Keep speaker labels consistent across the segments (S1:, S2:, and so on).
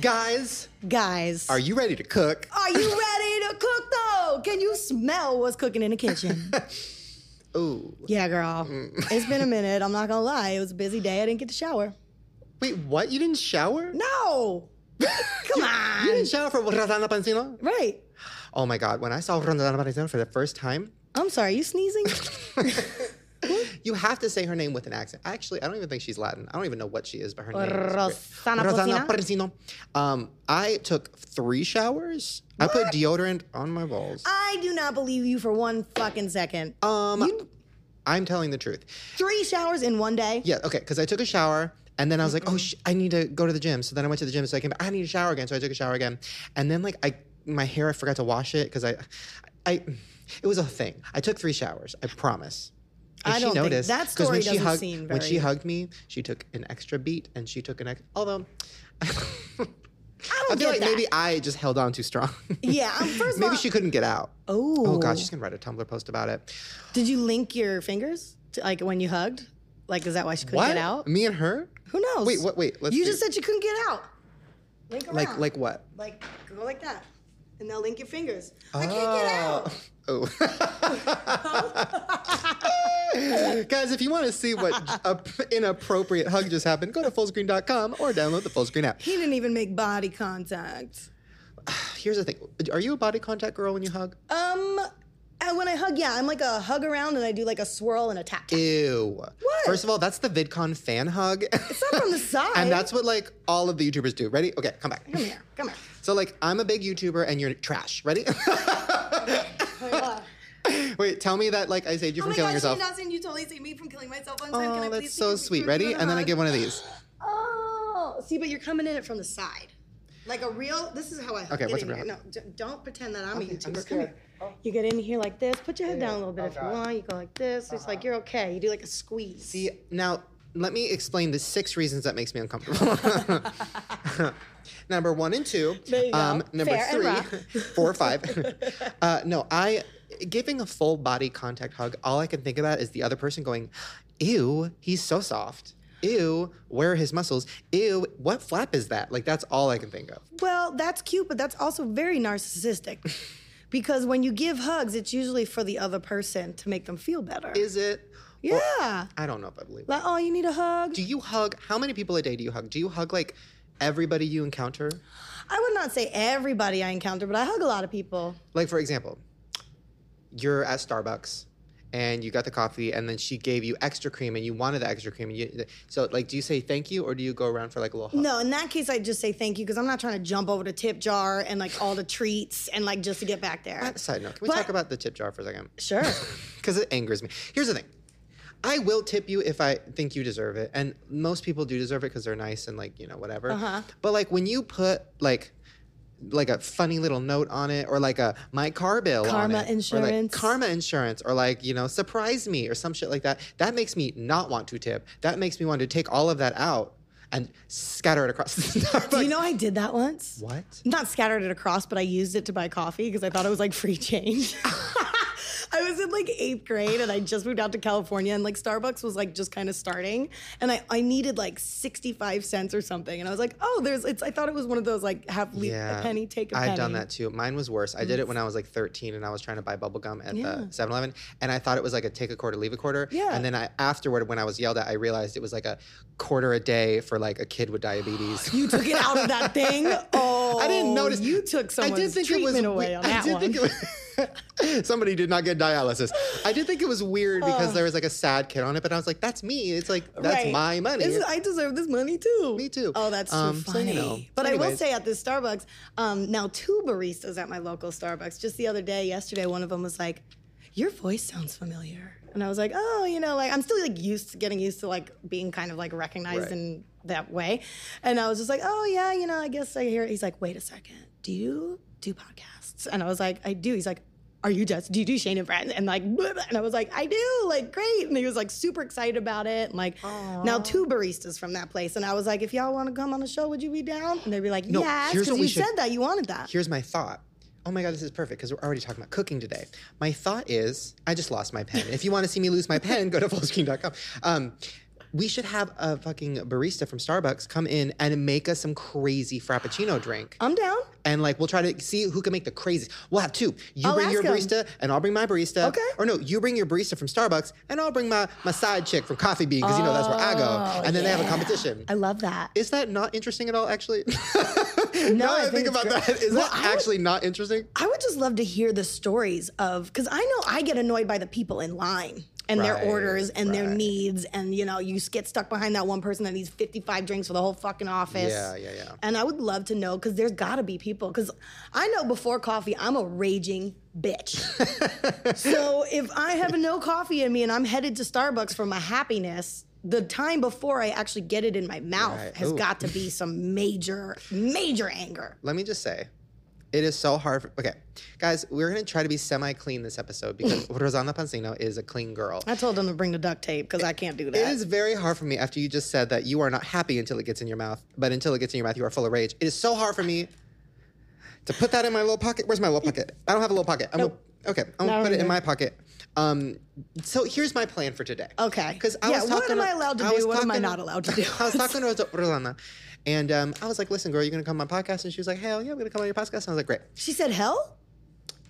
S1: Guys,
S2: Guys,
S1: are you ready to cook?
S2: are you ready to cook though? Can you smell what's cooking in the kitchen?
S1: Ooh.
S2: yeah, girl.
S1: Mm.
S2: It's been a minute. I'm not gonna lie. It was a busy day. I didn't get to shower.
S1: Wait, what? You didn't shower?
S2: No. Come on.
S1: You didn't shower for Rosana Pancino?
S2: Right.
S1: Oh my god, when I saw Rosana Pancino for the first time,
S2: I'm sorry. You sneezing?
S1: you have to say her name with an accent. Actually, I don't even think she's Latin. I don't even know what she is, but her name is
S2: Rosana
S1: Rosana Pancino. Um, I took three showers. I put deodorant on my balls.
S2: I do not believe you for one fucking second.
S1: Um, I'm telling the truth.
S2: Three showers in one day.
S1: Yeah, okay, because I took a shower and then I was like, oh, sh- I need to go to the gym. So then I went to the gym. So I came back, I need a shower again. So I took a shower again. And then, like, I my hair, I forgot to wash it because I, I, it was a thing. I took three showers, I promise. And
S2: I
S1: she
S2: don't think-
S1: noticed.
S2: that
S1: 'cause when
S2: story
S1: she
S2: doesn't
S1: hugged,
S2: seem
S1: When she
S2: very-
S1: hugged me, she took an extra beat and she took an extra. Although, I
S2: don't
S1: feel
S2: get
S1: like
S2: that.
S1: maybe I just held on too strong.
S2: Yeah. um, first of
S1: maybe
S2: all,
S1: she couldn't get out.
S2: Oh.
S1: Oh, God, she's going to write a Tumblr post about it.
S2: Did you link your fingers to, like when you hugged? Like, is that why she couldn't
S1: what?
S2: get out?
S1: Me and her?
S2: Who knows?
S1: Wait, what? Wait, let's
S2: you
S1: see.
S2: just said you couldn't get out. Link around.
S1: Like, like what?
S2: like go like that, and they'll link your fingers. I can't get
S1: Ah.
S2: out.
S1: Oh. Guys, if you want to see what a p- inappropriate hug just happened, go to fullscreen.com or download the fullscreen app.
S2: He didn't even make body contact.
S1: Here's the thing Are you a body contact girl when you hug?
S2: Um, and when I hug, yeah, I'm like a hug around, and I do like a swirl and a tap. tap.
S1: Ew.
S2: What?
S1: First of all, that's the VidCon fan hug. It's
S2: not from the side.
S1: and that's what like all of the YouTubers do. Ready? Okay, come back.
S2: Come here, come here.
S1: So like I'm a big YouTuber and you're trash. Ready?
S2: Wait, what?
S1: Wait, tell me that like I saved you
S2: Oh
S1: from
S2: my
S1: killing
S2: gosh,
S1: yourself.
S2: you're not saying you totally saved me from killing myself one time. Can I
S1: oh,
S2: please
S1: that's
S2: take
S1: so
S2: a
S1: sweet.
S2: picture
S1: Ready?
S2: with you
S1: And then I
S2: hug?
S1: give one of these.
S2: Oh, see, but you're coming in it from the side. Like a real, this is how I hug.
S1: Okay,
S2: get
S1: what's
S2: in
S1: a real
S2: here. No, d- don't pretend that I'm a YouTuber. Come
S1: scared.
S2: here. You get in here like this. Put your head down a little
S1: Oh,
S2: bit if you want. You go like this. It's
S1: Uh-huh.
S2: like you're okay. You do like a squeeze.
S1: See, now let me explain the six reasons that makes me uncomfortable. number one and two. um,
S2: There you go.
S1: number
S2: Fair and
S1: three, four or five. uh, no, I giving a full body contact hug. All I can think about is the other person going, "Ew, he's so soft." Ew, where are his muscles? Ew, what flap is that? Like that's all I can think of.
S2: Well, that's cute, but that's also very narcissistic. because when you give hugs, it's usually for the other person to make them feel better.
S1: Is it?
S2: yeah.
S1: Or- I don't know if I believe. it.
S2: like, oh, you need a hug?
S1: Do you hug? How many people a day do you hug? Do you hug like everybody you encounter?
S2: I would not say everybody I encounter, but I hug a lot of people.
S1: Like for example, you're at Starbucks and you got the coffee and then she gave you extra cream and you wanted the extra cream and you so like do you say thank you or do you go around for like a little hug?
S2: No, in that case, I just say thank you because I'm not trying to jump over the tip jar and like all the treats and like just to get back there.
S1: Side note, can we
S2: But-
S1: talk about the tip jar for a second?
S2: Sure.
S1: Because it angers me. Here's the thing. I will tip you if I think you deserve it. And most people do deserve it because they're nice and like, you know, whatever.
S2: Uh-huh.
S1: But like when you put like like a funny little note on it or like a my car bill on
S2: Karma
S1: it, or like
S2: insurance.
S1: karma insurance or like you know surprise me or some shit like that that makes me not want to tip that makes me want to take all of that out and scatter it across the
S2: Do
S1: Starbucks.
S2: you know I did that once?
S1: what
S2: Not scattered it across, but I used it to buy coffee because I thought it was like free change. I was in like eighth grade and I just moved out to California and like Starbucks was like just kind of starting and I, I needed like 65 cents or something. And I was like, oh, there's, it's, I thought it was one of those like have le- a penny, take a penny.
S1: I've done that too. Mine was worse. I did it when I was like 13 and I was trying to buy bubblegum at the
S2: Yeah.
S1: 7 Eleven. And I thought it was like a take a quarter, leave a quarter.
S2: Yeah.
S1: And then I afterward, when I was yelled at, I realized it was like a quarter a day for like a kid with diabetes.
S2: You took it out of that thing. Oh,
S1: I didn't notice.
S2: You took someone's treatment away on
S1: I
S2: that
S1: did
S2: one.
S1: think it was- Somebody did not get dialysis. I did think it was weird because there was like a sad kid on it, but I was like, "That's me." It's like that's
S2: Oh. Right.
S1: my money.
S2: This is- I deserve this money too.
S1: Me too.
S2: Oh, that's too
S1: Um, so,
S2: funny.
S1: you know.
S2: But I will
S1: Anyways.
S2: say at this Starbucks, um, now two baristas at my local Starbucks. Just the other day, yesterday, one of them was like, "Your voice sounds familiar," and I was like, "Oh, you know, like I'm still like used to getting used to like being kind of like recognized
S1: Right.
S2: in that way," and I was just like, "Oh yeah, you know, I guess I hear." It. He's like, "Wait a second, do you do podcasts?" And I was like, "I do." He's like. Are you just do you do Shane and Friends? And like, blah, blah. and I was like, I do, like, great. And he was like super excited about it. And like, now two baristas from that place. And I was like, if y'all want to come on the show, would you be down? And they'd be like,
S1: No,
S2: yes,
S1: here's
S2: because
S1: what we
S2: you
S1: should-
S2: said that you wanted that.
S1: Here's my thought. Oh my God, this is perfect because we're already talking about cooking today. My thought is, I just lost my pen. If you want to see me lose my pen, go to fullscreen.com. Um, we should have a fucking barista from Starbucks come in and make us some crazy frappuccino drink.
S2: I'm down.
S1: And like, we'll try to see who can make the craziest. We'll have two. You
S2: I'll
S1: bring your
S2: ask 'em.
S1: barista, and I'll bring my barista.
S2: Okay.
S1: Or no, you bring your barista from Starbucks, and I'll bring my, my side chick from Coffee Bean because you know that's where I
S2: Oh,
S1: go. And then they have a
S2: yeah.
S1: competition.
S2: I love that.
S1: Is that not interesting at all, actually? no,
S2: I
S1: now I think
S2: think it's
S1: about
S2: great.
S1: that, is
S2: Well, I
S1: that
S2: would-
S1: actually not interesting?
S2: I would just love to hear the stories of because I know I get annoyed by the people in line and
S1: Right,
S2: their orders and their
S1: right.
S2: needs and you know you get stuck behind that one person that needs 55 drinks for the whole fucking office.
S1: Yeah, yeah, yeah.
S2: And I would love to know because there's got to be people because I know before coffee I'm a raging bitch. so if I have no coffee in me and I'm headed to Starbucks for my happiness. The time before I actually get it in my mouth
S1: Right.
S2: has
S1: Ooh.
S2: got to be some major, major anger.
S1: Let me just say, it is so hard. For, okay, guys, we're gonna try to be semi-clean this episode because Rosanna Pansino is a clean girl.
S2: I told them to bring the duct tape because I can't do that.
S1: It is very hard for me after you just said that you are not happy until it gets in your mouth, but until it gets in your mouth, you are full of rage. It is so hard for me to put that in my little pocket. Where's my little pocket? I don't have a little pocket. I'm
S2: Nope.
S1: gonna, okay, I'm gonna
S2: Not
S1: put it in
S2: either.
S1: my pocket. Um, so here's my plan for today.
S2: Okay.
S1: Because I
S2: Yeah,
S1: was
S2: what
S1: talking
S2: am I allowed to do?
S1: was
S2: What am I
S1: talking-
S2: not allowed to do?
S1: I was talking to Rosanna, and um, I was like, "Listen, girl, you're gonna come on my podcast," and she was like, "Hell yeah, I'm gonna come on your podcast." And I was like, "Great."
S2: She said hell?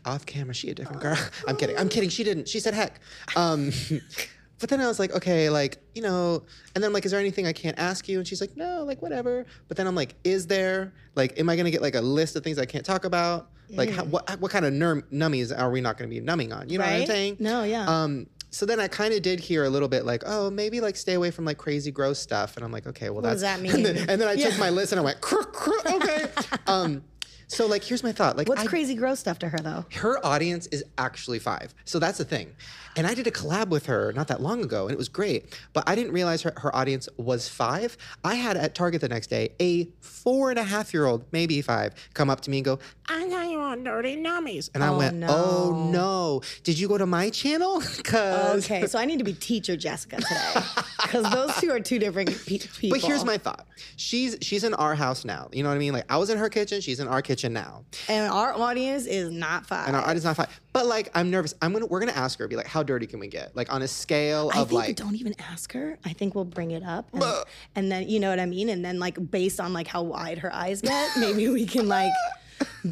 S1: off camera she a different girl i'm kidding i'm kidding she didn't she said heck um but then i was like okay like you know and then i'm like is there anything i can't ask you and she's like no like whatever but then i'm like is there like am i gonna get like a list of things i can't talk about like how, what, what kind of num- nummies are we not gonna be numbing on you know what i'm
S2: Right?
S1: saying
S2: No, yeah.
S1: um so then I kind of did hear a little bit like, oh, maybe like stay away from like crazy gross stuff. And I'm like, okay, well,
S2: What does
S1: that's
S2: that
S1: And then,
S2: mean?
S1: and then I took
S2: Yeah.
S1: my list and I went, "Crook, crook, okay. um, so like, here's my thought. Like,
S2: What's
S1: I
S2: crazy gross stuff to her though?
S1: her audience is actually five. So that's the thing. And I did a collab with her not that long ago, and it was great. But I didn't realize her, her audience was five. I had at Target the next day a four and a half year old, maybe five, come up to me and go, I know you want dirty nummies. And I
S2: Oh,
S1: went, Oh
S2: no.
S1: no. Did you go to my channel? Because.
S2: Okay, so I need to be teacher Jessica today because those two are two different pe- people.
S1: But here's my thought. She's she's in our house now. You know what I mean? Like I was in her kitchen, she's in our kitchen now.
S2: and our audience is not five.
S1: and our audience not fine. But like, I'm nervous. I'm gonna we're gonna ask her, be like, how dirty can we get? Like on a scale
S2: I
S1: of
S2: think
S1: like,
S2: don't even ask her. I think we'll bring it up, and,
S1: Bah.
S2: and then you know what I mean. And then like based on like how wide her eyes get, maybe we can like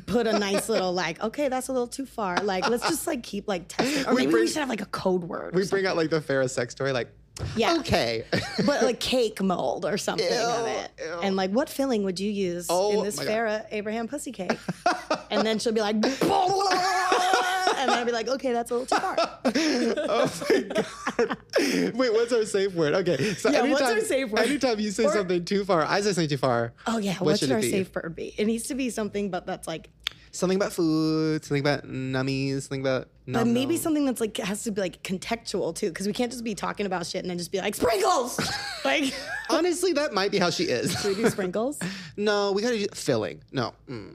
S2: put a nice little like, okay, that's a little too far. Like let's just like keep like testing, or
S1: We
S2: maybe
S1: bring-
S2: we should have like a code word. or
S1: we bring out like the Farrah sex toy, like,
S2: Yeah.
S1: okay.
S2: but like cake mold or something
S1: Ew,
S2: of it.
S1: ew.
S2: And like, what filling would you use
S1: Oh,
S2: in this
S1: my God.
S2: Farah Abraham pussy cake? and then she'll be like, and then I'll be like, okay, that's a little too far.
S1: oh my god. Wait, what's our safe word? Okay, so
S2: Yeah,
S1: anytime,
S2: what's our safe word?
S1: anytime you say
S2: Or-
S1: something too far, I say something too far.
S2: Oh yeah,
S1: what
S2: what
S1: should
S2: should
S1: it
S2: our
S1: be?
S2: safe word be? It needs to be something, but that's like,
S1: Something about food, something about nummies, something about.
S2: but
S1: nom
S2: maybe
S1: nom.
S2: something that's like has to be like contextual too, because we can't just be talking about shit and then just be like sprinkles, like.
S1: Honestly, that might be how she is.
S2: Do we do sprinkles?
S1: no, we gotta do filling. No, mm.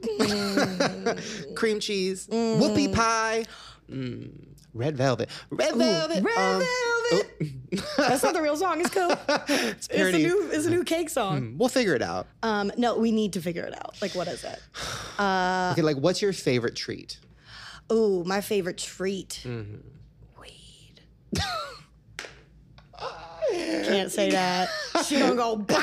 S2: Mm.
S1: cream cheese, whoopie pie, mm. red velvet, red velvet,
S2: Red
S1: um, oh.
S2: velvet. That's not the real song. It's cool.
S1: It's
S2: It's a
S1: parody.
S2: new, it's a new cake song.
S1: We'll figure it out.
S2: Um, no, we need to figure it out. Like, what is it? Uh,
S1: okay, like what's your favorite treat?
S2: Ooh, my favorite treat.
S1: Mm-hmm.
S2: Weed. Can't say that. She gonna go. Bah!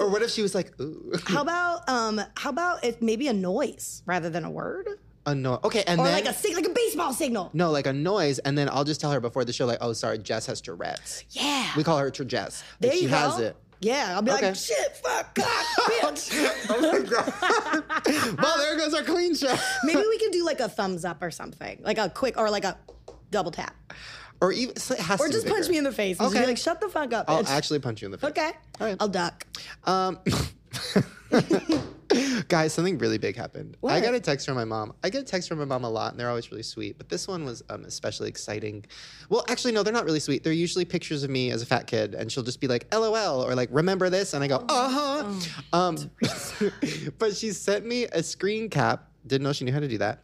S1: Or what if she was like, ooh,
S2: How about um? How about if maybe a noise rather than a word,
S1: a noise? Okay, and
S2: or
S1: then
S2: like a sig- like a baseball signal?
S1: no, like a noise, and then I'll just tell her before the show, like, oh, sorry, Jess has Tourette's.
S2: Yeah.
S1: We call her Jess.
S2: there
S1: she
S2: you
S1: has
S2: go.
S1: it.
S2: Yeah, I'll be
S1: Okay.
S2: like, shit, fuck, cock, bitch.
S1: well, there goes our clean show.
S2: maybe we can do like a thumbs up or something, like a quick or like a double tap,
S1: or even so it has
S2: or
S1: to
S2: just
S1: be
S2: punch
S1: bigger.
S2: me in the face. And just
S1: Okay.
S2: be like, shut the fuck up.
S1: I'll
S2: bitch."
S1: actually punch you in the face.
S2: okay,
S1: All right.
S2: I'll duck.
S1: Um, guys, something really big happened. I
S2: What?
S1: got a text from my mom. I get texts from my mom a lot, and they're always really sweet. But this one was um, especially exciting. Well, actually, no, they're not really sweet. They're usually pictures of me as a fat kid, and she'll just be like, "LOL" or like, "Remember this?" And I go,
S2: Oh,
S1: "Uh huh." um, but she sent me a screen cap. Didn't know she knew how to do that.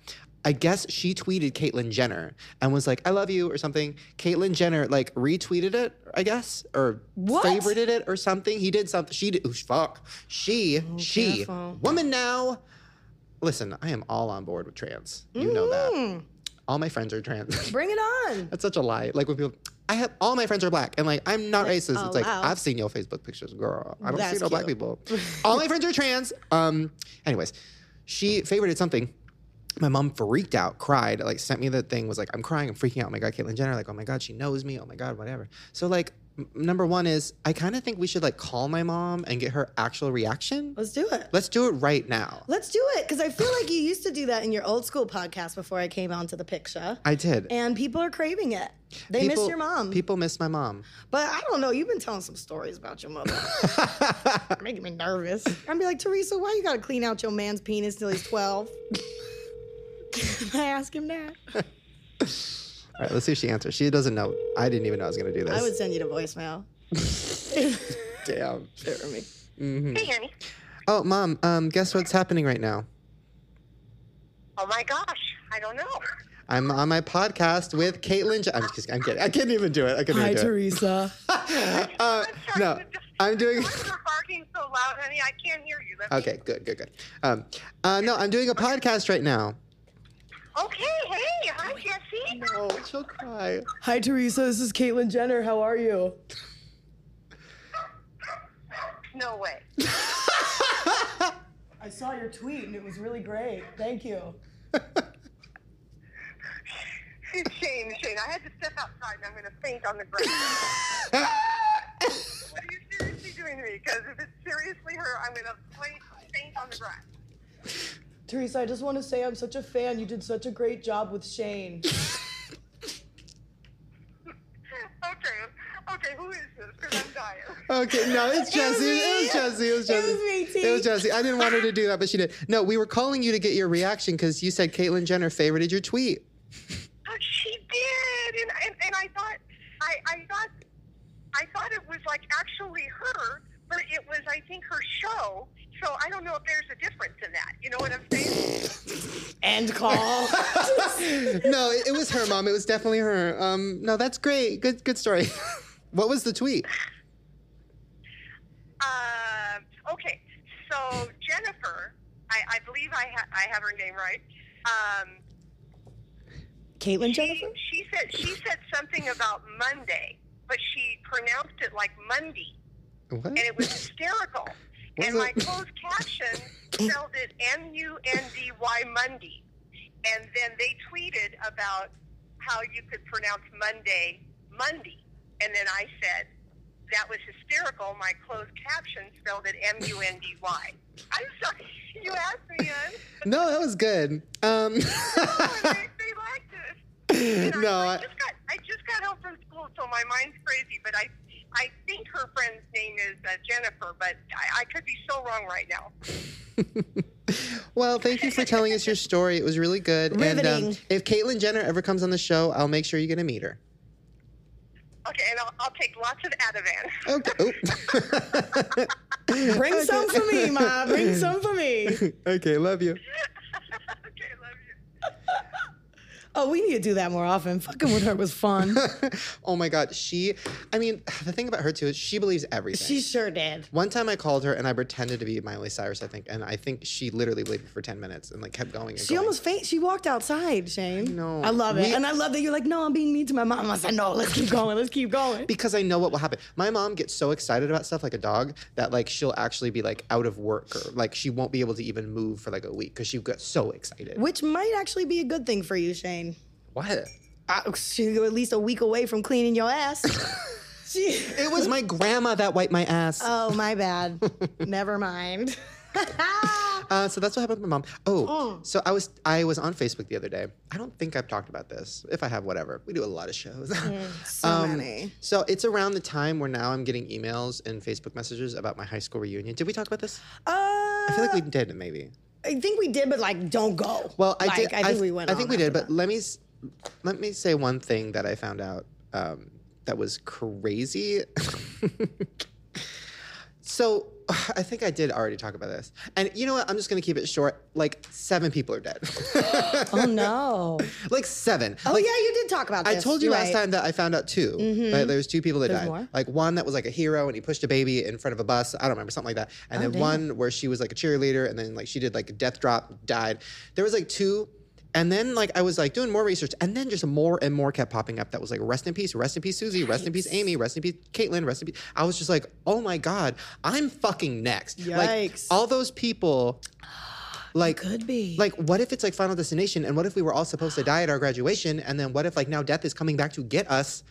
S1: I guess she tweeted Caitlyn Jenner and was like, "I love you" or something. Caitlyn Jenner like retweeted it, I guess, or
S2: What?
S1: favorited did it or something. He did something. She did. Ooh, fuck. She. she.
S2: careful.
S1: Woman now. Listen, I am all on board with trans. You know
S2: Mm.
S1: that. All my friends are trans.
S2: Hmm. Bring it on.
S1: That's such a lie. Like when people, I have all my friends are black, and like I'm not racist.
S2: oh,
S1: it's like
S2: wow.
S1: I've seen your Facebook pictures, girl. I don't see
S2: That's
S1: no black
S2: cute.
S1: people. all my friends are trans. Um. Anyways, she favorited something. My mom freaked out, cried, like sent me the thing. Was like, I'm crying, I'm freaking out. Oh my god, Caitlyn Jenner. Like, oh my god, she knows me. Oh my god, whatever. So like, m- number one is I kind of think we should like call my mom and get her actual reaction.
S2: Let's do it.
S1: Let's do it right now.
S2: Let's do it because I feel like you used to do that in your old school podcast before I came onto the picture,
S1: I did.
S2: and people are craving it. They miss
S1: People-
S2: your mom,
S1: People miss my mom.
S2: but I don't know. You've been telling some stories about your mother, making me nervous. I'd be like, Teresa, why you gotta clean out your man's penis till he's twelve? I ask him that.
S1: All right, let's see if she answers. She doesn't know. I didn't even know I was gonna do this.
S2: I would send you to voicemail.
S1: Damn.
S2: Shit with me.
S3: Can you hear me?
S1: Oh, mom. Um, guess what's happening right now?
S3: Oh my gosh, I don't know.
S1: I'm on my podcast with Caitlyn. J- I'm just kidding. I'm kidding. I couldn't even do it. I couldn't
S2: Hi,
S1: even do
S2: Teresa.
S1: it. Uh, no, I'm doing.
S3: You're barking so loud, honey. I can't hear you. Let me-
S1: Okay, good, good, good. Um, uh, no, I'm doing a podcast right now.
S3: Okay. Hey. Hi, Jesse.
S1: Oh, she'll cry.
S2: Hi, Teresa. This is Caitlyn Jenner. How are you?
S3: No way.
S2: I saw your tweet and it was really great. Thank you.
S3: Shane. Shane. I had to step outside, and I'm gonna faint on the ground. what are you seriously doing to me? Because if it's seriously her, I'm gonna faint, faint on the ground.
S2: Teresa, I just want to say I'm such a fan. You did such a great job with Shane.
S3: Okay. Okay. Who is this? Because I'm dying.
S1: Okay, no, it's
S2: It was
S1: Jesse. It was
S2: me.
S1: Jesse. It was
S2: It
S1: Jesse.
S2: was me, T.
S1: It was Jesse. I didn't want her to do that, but she did. No, we were calling you to get your reaction because you said Caitlyn Jenner favorited your tweet.
S3: Oh, she did, and, and and I thought, I I thought, I thought it was like actually her, but it was I think her show. So I don't know if there's a difference in that. You know what I'm saying?
S2: End call.
S1: no, it, it was her mom. It was definitely her. Um, no, that's great. Good, good story. what was the tweet?
S3: Um, okay, so Jennifer, I, I believe I ha- I have her name right. Um,
S2: Caitlyn
S3: she,
S2: Jennifer?
S3: she said she said something about Monday, but she pronounced it like Monday.
S1: What?
S3: and it was hysterical.
S1: Was
S3: and my
S1: it?
S3: closed caption spelled it M U N D Y Monday. And then they tweeted about how you could pronounce Monday Monday. And then I said, that was hysterical. My closed caption spelled it M U N D Y. I'm sorry. You asked me, Ann.
S1: No, that was good. Um,
S3: Oh, they, they liked it. And I-
S1: no,
S3: I
S1: I,
S3: just got I just got home from school, so my mind's crazy. But I I think her friend's name is uh, Jennifer, but I, I could be so wrong right now.
S1: well, thank you for telling us your story. It was really good. And um,
S2: Riveting.
S1: if Caitlyn Jenner ever comes on the show, I'll make sure you get to meet her.
S3: Okay, and I'll, I'll take lots of Ativan.
S1: Okay. Oh. oop.
S2: Bring some for me, Ma. Bring some for me.
S1: okay, love you.
S3: okay, love you.
S2: Oh, we need to do that more often. Fucking with her was fun.
S1: oh my God, she. I mean, the thing about her too is she believes everything.
S2: She sure did.
S1: One time I called her and I pretended to be Miley Cyrus, I think, and I think she literally believed it for ten minutes and like kept going. And
S2: She
S1: going.
S2: almost faint. She walked outside, Shane.
S1: know.
S2: I love it.
S1: We-
S2: and I love that you're like, no, I'm being mean to my mom. I said, no, let's keep going. Let's keep going.
S1: because I know what will happen. My mom gets so excited about stuff like a dog that like she'll actually be like out of work or like she won't be able to even move for like a week because she got so excited.
S2: Which might actually be a good thing for you, Shane.
S1: What?
S2: I, she's at least a week away from cleaning your ass. she,
S1: It was my grandma that wiped my ass.
S2: oh, my bad. Never mind.
S1: Uh, so that's what happened with my mom. Oh,
S2: Oh.
S1: so I was I was on Facebook the other day. I don't think I've talked about this. If I have, whatever. We do a lot of shows.
S2: so many.
S1: So it's around the time where now I'm getting emails and Facebook messages about my high school reunion. Did we talk about this?
S2: Uh, I
S1: I feel like we did, maybe.
S2: think we did, but like, don't go.
S1: Well, I
S2: like,
S1: did.
S2: I think
S1: th-
S2: we went.
S1: I think
S2: on
S1: we did.
S2: after
S1: But let me s- let me say one thing that I found out um, that was crazy. So I think I did already talk about this. And you know what? I'm just going to keep it short. Like seven people are dead.
S2: Oh no.
S1: like seven.
S2: Oh
S1: like,
S2: yeah, you did talk about
S1: I
S2: this.
S1: told you
S2: You're
S1: last
S2: right.
S1: time that I found out 2
S2: Mhm.
S1: Right? There was two people that
S2: There's
S1: died.
S2: more?
S1: Like one that was like a hero and he pushed a baby in front of a bus. I don't remember something like that. And
S2: Oh,
S1: then
S2: damn.
S1: one where she was like a cheerleader and then like she did like a death drop, died. There was like two. And then like I was like doing more research and then just more and more kept popping up that was like rest in peace, rest in peace Susie, rest in peace Amy, rest in peace Caitlin, rest in peace. I was just like, oh my God, I'm fucking next. Like
S2: Yikes.
S1: all those people like
S2: Could be.
S1: like, what if it's like Final Destination? And what if we were all supposed to die at our graduation? And then what if like now death is coming back to get us?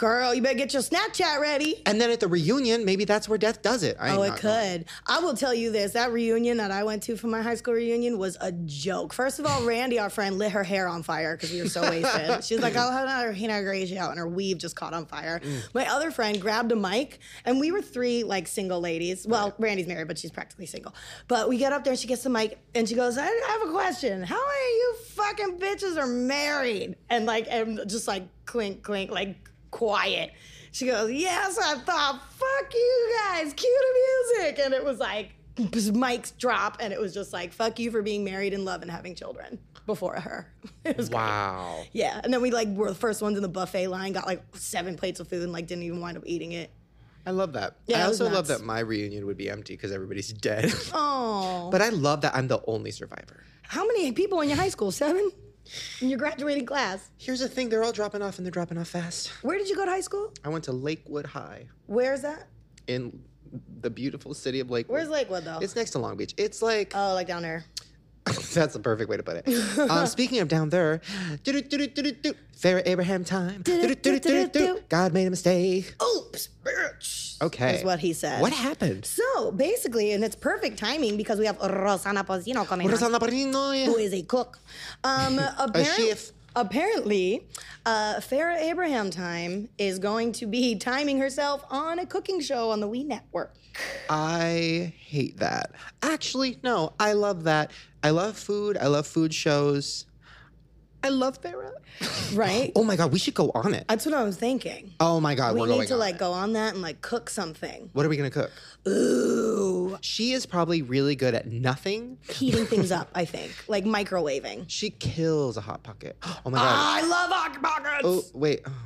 S2: girl, you better get your Snapchat ready.
S1: And then at the reunion, maybe that's where death does it. I am
S2: Oh, it
S1: not
S2: could.
S1: going.
S2: I will tell you this: that reunion that I went to for my high school reunion was a joke. First of all, Randy, our friend, lit her hair on fire because we were so wasted. She was like, "I'll have another henna graze out," and her weave just caught on fire.
S1: Mm.
S2: My other friend grabbed a mic, and we were three like single ladies. Well, Randy's married, but she's practically single. But we get up there, and she gets the mic, and she goes, "I have a question. How many of you fucking bitches are married?" And like, and just like clink, clink, like quiet. She goes, Yes, I thought, fuck you guys, cue the music. And it was like, just mics drop. And it was just like, fuck you for being married in love and having children before her. It was great.
S1: Wow.
S2: Yeah. And then we like were the first ones in the buffet line, got like seven plates of food and like didn't even wind up eating it.
S1: I love that.
S2: Yeah,
S1: I
S2: it was
S1: also love
S2: nuts.
S1: that my reunion would be empty because everybody's dead.
S2: Oh.
S1: but I love that I'm the only survivor.
S2: How many people in your high school? Seven? In your graduating class?
S1: Here's the thing they're all dropping off and they're dropping off fast.
S2: Where did you go to high school?
S1: I went to Lakewood High
S2: Where's that?
S1: in the beautiful city of Lakewood.
S2: Where's Lakewood though?
S1: It's next to Long Beach. It's like.
S2: oh, like down there.
S1: That's the perfect way to put it. um, speaking of down there, doo-doo-doo-doo-doo-doo, Pharaoh Abraham time. Doo-doo-doo-doo-doo-doo. God made a mistake.
S2: Oops, bitch.
S1: Okay.
S2: Is what he said.
S1: What happened?
S2: So basically, and it's perfect timing because we have Rosana Pozzino coming on,
S1: Rosanna Barrino,
S2: who
S1: yeah.
S2: is a cook. Um, apparently,
S1: chef.
S2: apparently, uh, Farrah Abraham time is going to be timing herself on a cooking show on the We Network.
S1: I hate that. Actually, no, I love that. I love food. I love food shows. I love Farrah.
S2: Right?
S1: Oh my God, we should go on it.
S2: That's what I was thinking.
S1: Oh my God,
S2: We
S1: we're
S2: need
S1: going
S2: to
S1: on
S2: like
S1: it.
S2: go on that and like cook something.
S1: What are we going to cook?
S2: Ooh,
S1: She is probably really good at nothing.
S2: heating things up. I think like microwaving.
S1: She kills a hot pocket. Oh my God.
S2: I love hot pockets.
S1: Oh wait.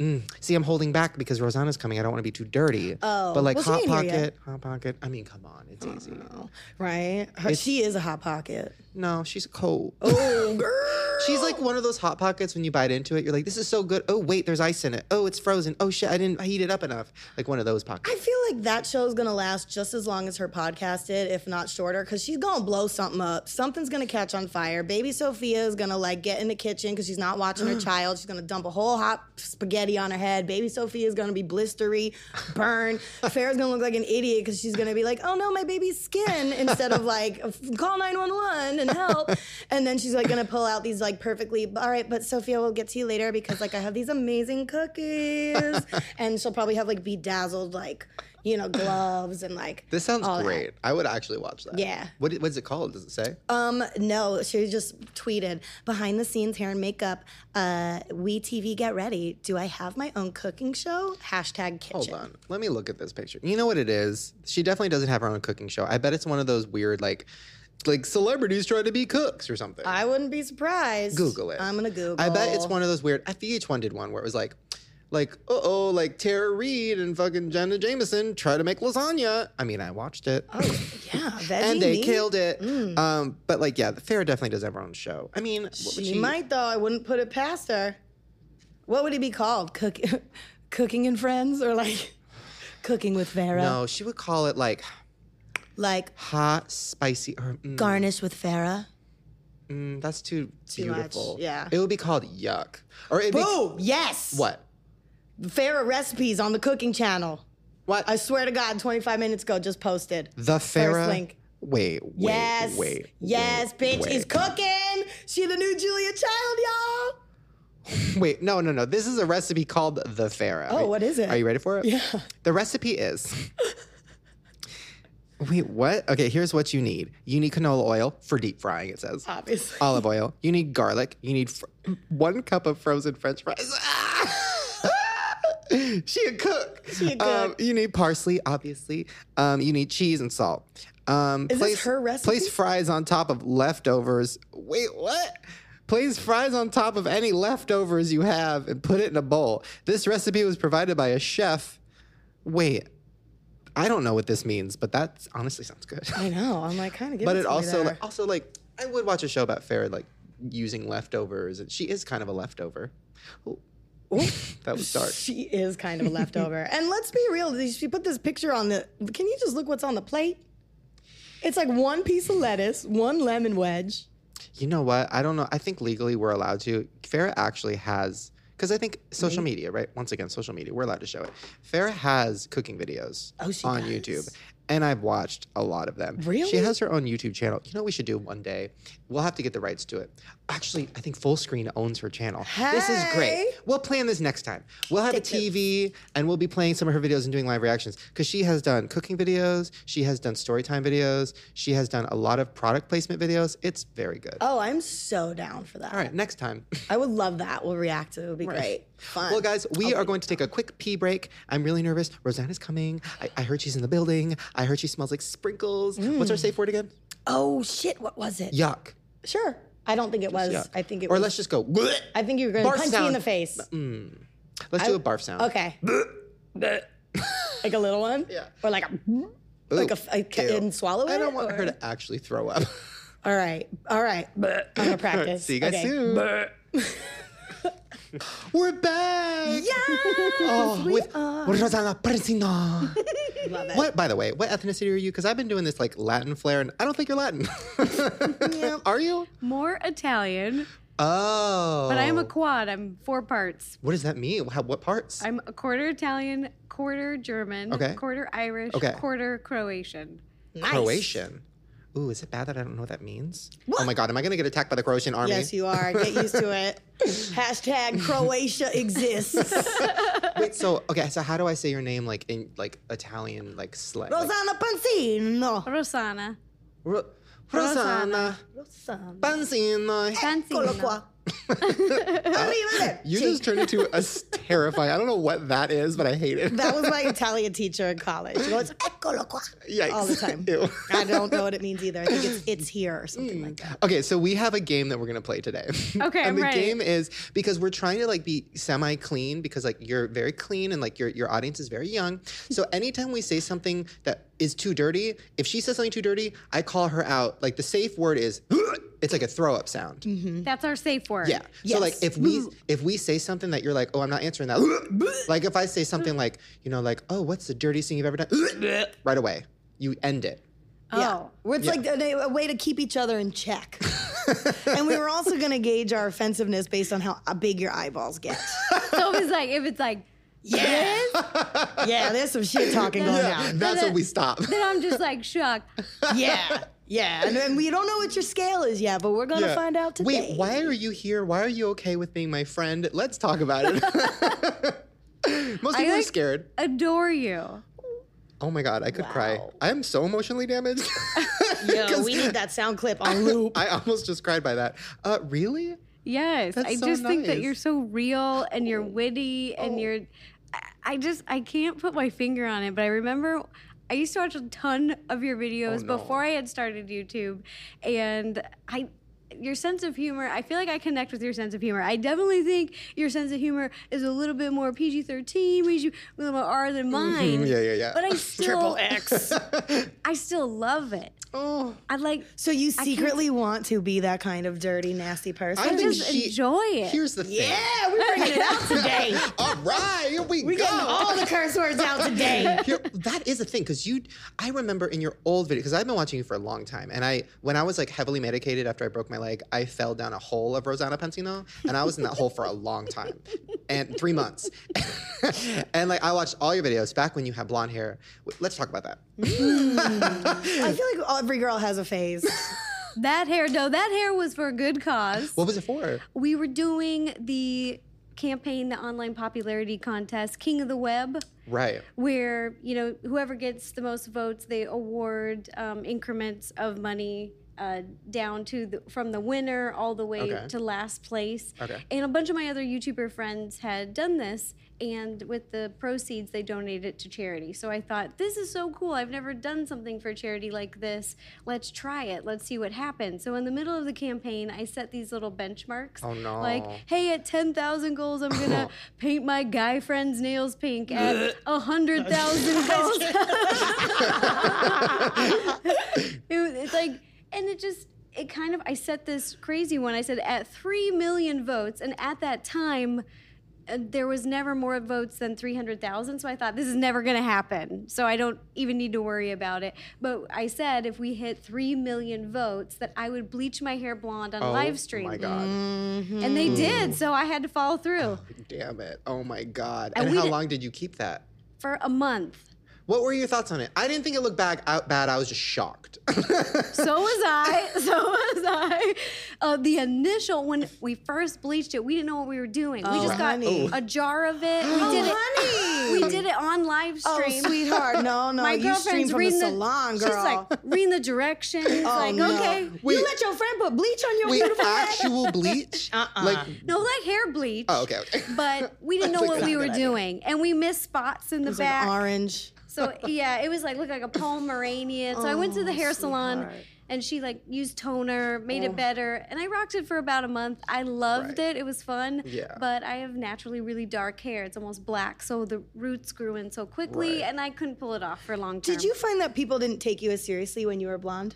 S1: Oh. Mm. See, I'm holding back because Rosanna's coming. I don't want to be too dirty.
S2: Oh.
S1: but like
S2: Well, she
S1: hot
S2: ain't here yet.
S1: pocket, hot pocket. I mean, come on, it's easy.
S2: Right? Her, she is a hot pocket.
S1: No, she's cold.
S2: Oh, girl.
S1: She's like one of those hot pockets when you bite into it, you're like, this is so good. Oh wait, there's ice in it. Oh, it's frozen. Oh shit, I didn't heat it up enough. Like one of those
S2: I
S1: pockets.
S2: feel like that show's gonna last just as long as her podcast did, if not shorter, because she's gonna blow something up. Something's gonna catch on fire. Baby Sophia is gonna like get in the kitchen because she's not watching her child. She's gonna dump a whole hot spaghetti on her head. Baby Sophia is gonna be blistery, burn. Farrah's gonna look like an idiot because she's gonna be like, "Oh no, my baby's skin," instead of like, "Call nine one one and help." And then she's like gonna pull out these like perfectly. All right, but Sophia, we'll get to you later because like I have these amazing cookies, and she'll probably have like bedazzled like you know gloves and like.
S1: This sounds
S2: all that.
S1: great. I would actually watch that.
S2: Yeah.
S1: What what's it called? Does it say?
S2: Um, no, she just tweeted behind the scenes hair and makeup. Uh, we TV get ready. Do I have my own cooking show? Hashtag kitchen.
S1: Hold on. Let me look at this picture. You know what it is? She definitely doesn't have her own cooking show. I bet it's one of those weird like like celebrities trying to be cooks or something.
S2: I wouldn't be surprised.
S1: Google it.
S2: I'm gonna Google.
S1: I bet it's one of those weird. I VH1 did one where it was like, like, uh oh, like Tara Reid and fucking Jenna Jameson try to make lasagna. I mean, I watched it.
S2: Oh yeah, veggie
S1: and they
S2: meat.
S1: killed it. Um, but like, yeah, Farrah definitely does have her own show. I mean, what
S2: She,
S1: would she
S2: might though. I wouldn't put it past her. What would it be called? Cook, cooking and friends, or like cooking with Vera?
S1: No, she would call it like
S2: Like
S1: hot, spicy, or mm,
S2: garnish with Vera.
S1: mm, that's too,
S2: Too much,
S1: beautiful.
S2: yeah.
S1: it would be called yuck, or it'd
S2: Boom! Oh, Yes.
S1: be what?
S2: Farah recipes on the Cooking Channel.
S1: What?
S2: I swear to God, 25 minutes ago, just posted.
S1: the Farrah.
S2: link.
S1: Wait, wait,
S2: yes.
S1: wait.
S2: Yes,
S1: wait,
S2: bitch
S1: wait.
S2: is cooking. She the new Julia Child, y'all.
S1: Wait, no, no, no. This is a recipe called the Pharaoh.
S2: Oh, what is it?
S1: Are you ready for it?
S2: Yeah.
S1: The recipe is. Wait, what? Okay, here's what you need. You need canola oil for deep frying, it says.
S2: Obviously.
S1: Olive oil. You need garlic. You need fr- one cup of frozen french fries. Ah! she a cook.
S2: She a good.
S1: Um, you need parsley, obviously. Um, you need cheese and salt. Um,
S2: Is this her recipe?
S1: Place fries on top of leftovers. Wait, what? Place fries on top of any leftovers you have and put it in a bowl. This recipe was provided by a chef. Wait, I don't know what this means, but that honestly sounds good.
S2: I know. I'm like kind of.
S1: but it also,
S2: there.
S1: like, also like, I would watch a show about Farrah like using leftovers, and she is kind of a leftover. Ooh. that was dark.
S2: She is kind of a leftover. and let's be real, she put this picture on the. Can you just look what's on the plate? It's like one piece of lettuce, one lemon wedge.
S1: You know what? I don't know. I think legally we're allowed to. Farah actually has, because I think social media, right? Once again, social media, we're allowed to show it. Farah has cooking videos
S2: Oh, she
S1: on
S2: does.
S1: YouTube, and I've watched a lot of them.
S2: Really?
S1: She has her own YouTube channel. You know what we should do one day? We'll have to get the rights to it. Actually, I think Full Screen owns her channel. This is
S2: Hey!
S1: great. We'll plan this next time. We'll have a TV and we'll be playing some of her videos and doing live reactions because she has done cooking videos, she has done story time videos, she has done a lot of product placement videos. It's very good.
S2: Oh, I'm so down for that.
S1: All right, next time.
S2: I would love that. We'll react to it. It would be great. Fun.
S1: Well, guys, we are going to take a quick pee break. I'm really nervous. Rosanna's coming. I, I heard she's in the building. I heard she smells like sprinkles. What's
S2: Mm.
S1: our safe word again?
S2: Oh, shit. What was it?
S1: Yuck.
S2: Sure. I don't think it was.
S1: Yuck.
S2: I think it
S1: or
S2: was.
S1: let's just go. "Bleh."
S2: I think you were going to
S1: barf
S2: punch me in
S1: sound.
S2: the face.
S1: Let's do a barf sound.
S2: Okay. like a little one?
S1: Yeah. Oh,
S2: Or like a. Like a, a
S1: Ew.
S2: and swallow it?
S1: I don't want
S2: or-
S1: her to actually throw up.
S2: All right. All right. I'm going to practice.
S1: See you guys
S2: Okay.
S1: soon. We're back.
S2: Yes!
S1: Oh,
S2: we
S1: with
S2: are.
S1: Rosanna Persino.
S2: Love it.
S1: What, by the way, what ethnicity are you? Because I've been doing this like Latin flair, and I don't think you're Latin. Are you?
S4: More Italian,
S1: Oh.
S4: but I'm a quad. I'm four parts.
S1: What does that mean? How, what parts?
S4: I'm a quarter Italian, quarter German,
S1: Okay.
S4: quarter Irish,
S1: Okay.
S4: quarter Croatian.
S2: Nice.
S1: Croatian. Ooh, is it bad that I don't know what that means? Oh my God, am I going to get attacked by the Croatian army?
S2: Yes, you are. Get used to it. Hashtag Croatia exists.
S1: Wait, so okay, so how do I say your name like in like Italian like slang? Like,
S2: Rosanna Pansino.
S4: Rosanna.
S1: Ro- Rosanna
S2: Rosanna.
S1: Pansino.
S2: Eccolo
S4: Tanzino.
S2: qua. Arrivederci.
S1: You just turned into a s- terrifying. I don't know what that is, but I hate it.
S2: That was my Italian teacher in college. She goes, Eccolo qua.
S1: Yikes.
S2: All the time.
S1: Ew.
S2: I don't know what it means either. I think it's it's here or something like that.
S1: Okay, so we have a game that we're gonna play today.
S4: Okay,
S1: and
S4: I'm
S1: the
S4: ready.
S1: game is because we're trying to like be semi-clean because like you're very clean and like your your audience is very young. So anytime we say something that is too dirty, if she says something too dirty, I call her out. Like the safe word is it's like a throw up sound.
S4: That's our safe word.
S1: Mm. Yeah. So like if we if we say something that you're like, oh, I'm not answering that. like if I say something like, you know, like, oh, what's the dirtiest thing you've ever done? right away. You end it.
S4: Oh.
S2: Where It's like a, a way to keep each other in check. and we were also going to gauge our offensiveness based on how big your eyeballs get.
S4: So if it's like if it's like
S2: Yeah. yeah, there's some shit talking going down.
S1: That's
S4: then-
S1: when we stop.
S4: then I'm just like shocked.
S2: Yeah. Yeah. And then we don't know what your scale is yet, but we're going to
S1: Yeah.
S2: find out today.
S1: Wait, why are you here? Why are you okay with being my friend? Let's talk about it. Most people are
S4: like-
S1: scared.
S4: Adore you.
S1: Oh my god, I could cry. I am so emotionally damaged.
S2: Yo, we need that sound clip on loop.
S1: I almost just cried by that. Uh, really?
S4: Yes.
S1: That's
S4: I
S1: so
S4: just think that
S1: nice. Oh.
S4: you're so real and you're witty and you're I- I just I can't put my finger on it, but I remember I used to watch a ton of your videos
S1: Oh, no.
S4: before I had started YouTube and I your sense of humor, I feel like I connect with your sense of humor. I definitely think your sense of humor is a little bit more PG 13, PG a little more R than mine.
S1: Mm-hmm. Yeah, yeah, yeah.
S4: But I still,
S2: X.
S4: I still love it.
S1: oh,
S4: I like,
S2: So you secretly want to be that kind of dirty, nasty person?
S1: I
S4: I
S1: think
S4: just
S1: she-
S4: enjoy it.
S1: here's the thing.
S2: yeah, we're bringing it out today.
S1: All right, here we,
S2: We're
S1: go.
S2: getting all the curse words out today.
S1: Here- that is a thing because you i remember in your old video because i've been watching you for a long time and i when i was like heavily medicated after i broke my leg i fell down a hole of rosanna Pansino, and i was in that hole for a long time and three months and like i watched all your videos back when you had blonde hair W- let's talk about that
S2: I feel like every girl has a phase.
S4: That hair, no, that hair was for a good cause.
S1: what was it for
S4: we were doing the campaign, the online popularity contest, King of the Web,
S1: right
S4: where you know whoever gets the most votes, they award um, increments of money. uh, down to the, from the winner all the way
S1: Okay.
S4: to last place.
S1: Okay.
S4: And a bunch of my other YouTuber friends had done this, and with the proceeds, they donated it to charity. So I thought, this is so cool. I've never done something for charity like this. Let's try it. Let's see what happens. So in the middle of the campaign, I set these little benchmarks.
S1: Oh, no.
S4: Like, hey, at 10,000 goals, I'm going to paint my guy friend's nails pink. At 100,000 goals. It was- it's like, and it just, it kind of, I set this crazy one. I said at 3 million votes, and at that time, uh, there was never more votes than 300,000. So I thought, this is never going to happen. So I don't even need to worry about it. But I said if we hit 3 million votes, that I would bleach my hair blonde on
S1: Oh
S4: live stream.
S1: my god.
S4: And they
S2: Mm.
S4: did. So I had to follow through
S1: Damn it. Oh my god.
S4: And
S1: And,
S4: we
S1: how
S4: did-
S1: long did you keep that?
S4: for a month.
S1: What were your thoughts on it? I didn't think it looked bad. Out bad. I was just shocked.
S4: So was I. So was I. Uh, the initial when we first bleached it, we didn't know what we were doing. we
S2: Oh,
S4: just got
S2: honey.
S4: a jar of it. We did it. We did it on live
S2: Oh,
S4: stream.
S2: sweetheart, no, no,
S4: My
S2: you stream
S4: girlfriend's
S2: from the
S4: reading the-
S2: salon, girl. Oh,
S4: She's like reading the directions. like
S2: no.
S4: okay,
S1: Wait.
S2: you let your friend put bleach on your
S1: Wait,
S2: beautiful head.
S1: actual bleach?
S2: Uh-uh.
S1: Like
S4: no, like hair bleach.
S1: Oh, okay, okay.
S4: But we didn't
S1: I
S4: know
S1: was like,
S4: what
S1: that's
S4: we
S1: a
S4: were
S1: good idea.
S4: doing, and we missed spots in the
S2: It was
S4: back.
S2: like orange.
S4: So yeah, it was like looked like a Pomeranian. So I went
S1: Oh,
S4: to the hair salon
S2: sweetheart.
S4: and she like used toner, made it better, and I rocked it for about a month. I loved
S1: Oh. Right.
S4: it. It was fun.
S1: Yeah.
S4: But I have naturally really dark hair. It's almost black, so the roots grew in so quickly
S1: Right.
S4: and I couldn't pull it off for a long time.
S2: Did you find that people didn't take you as seriously when you were blonde?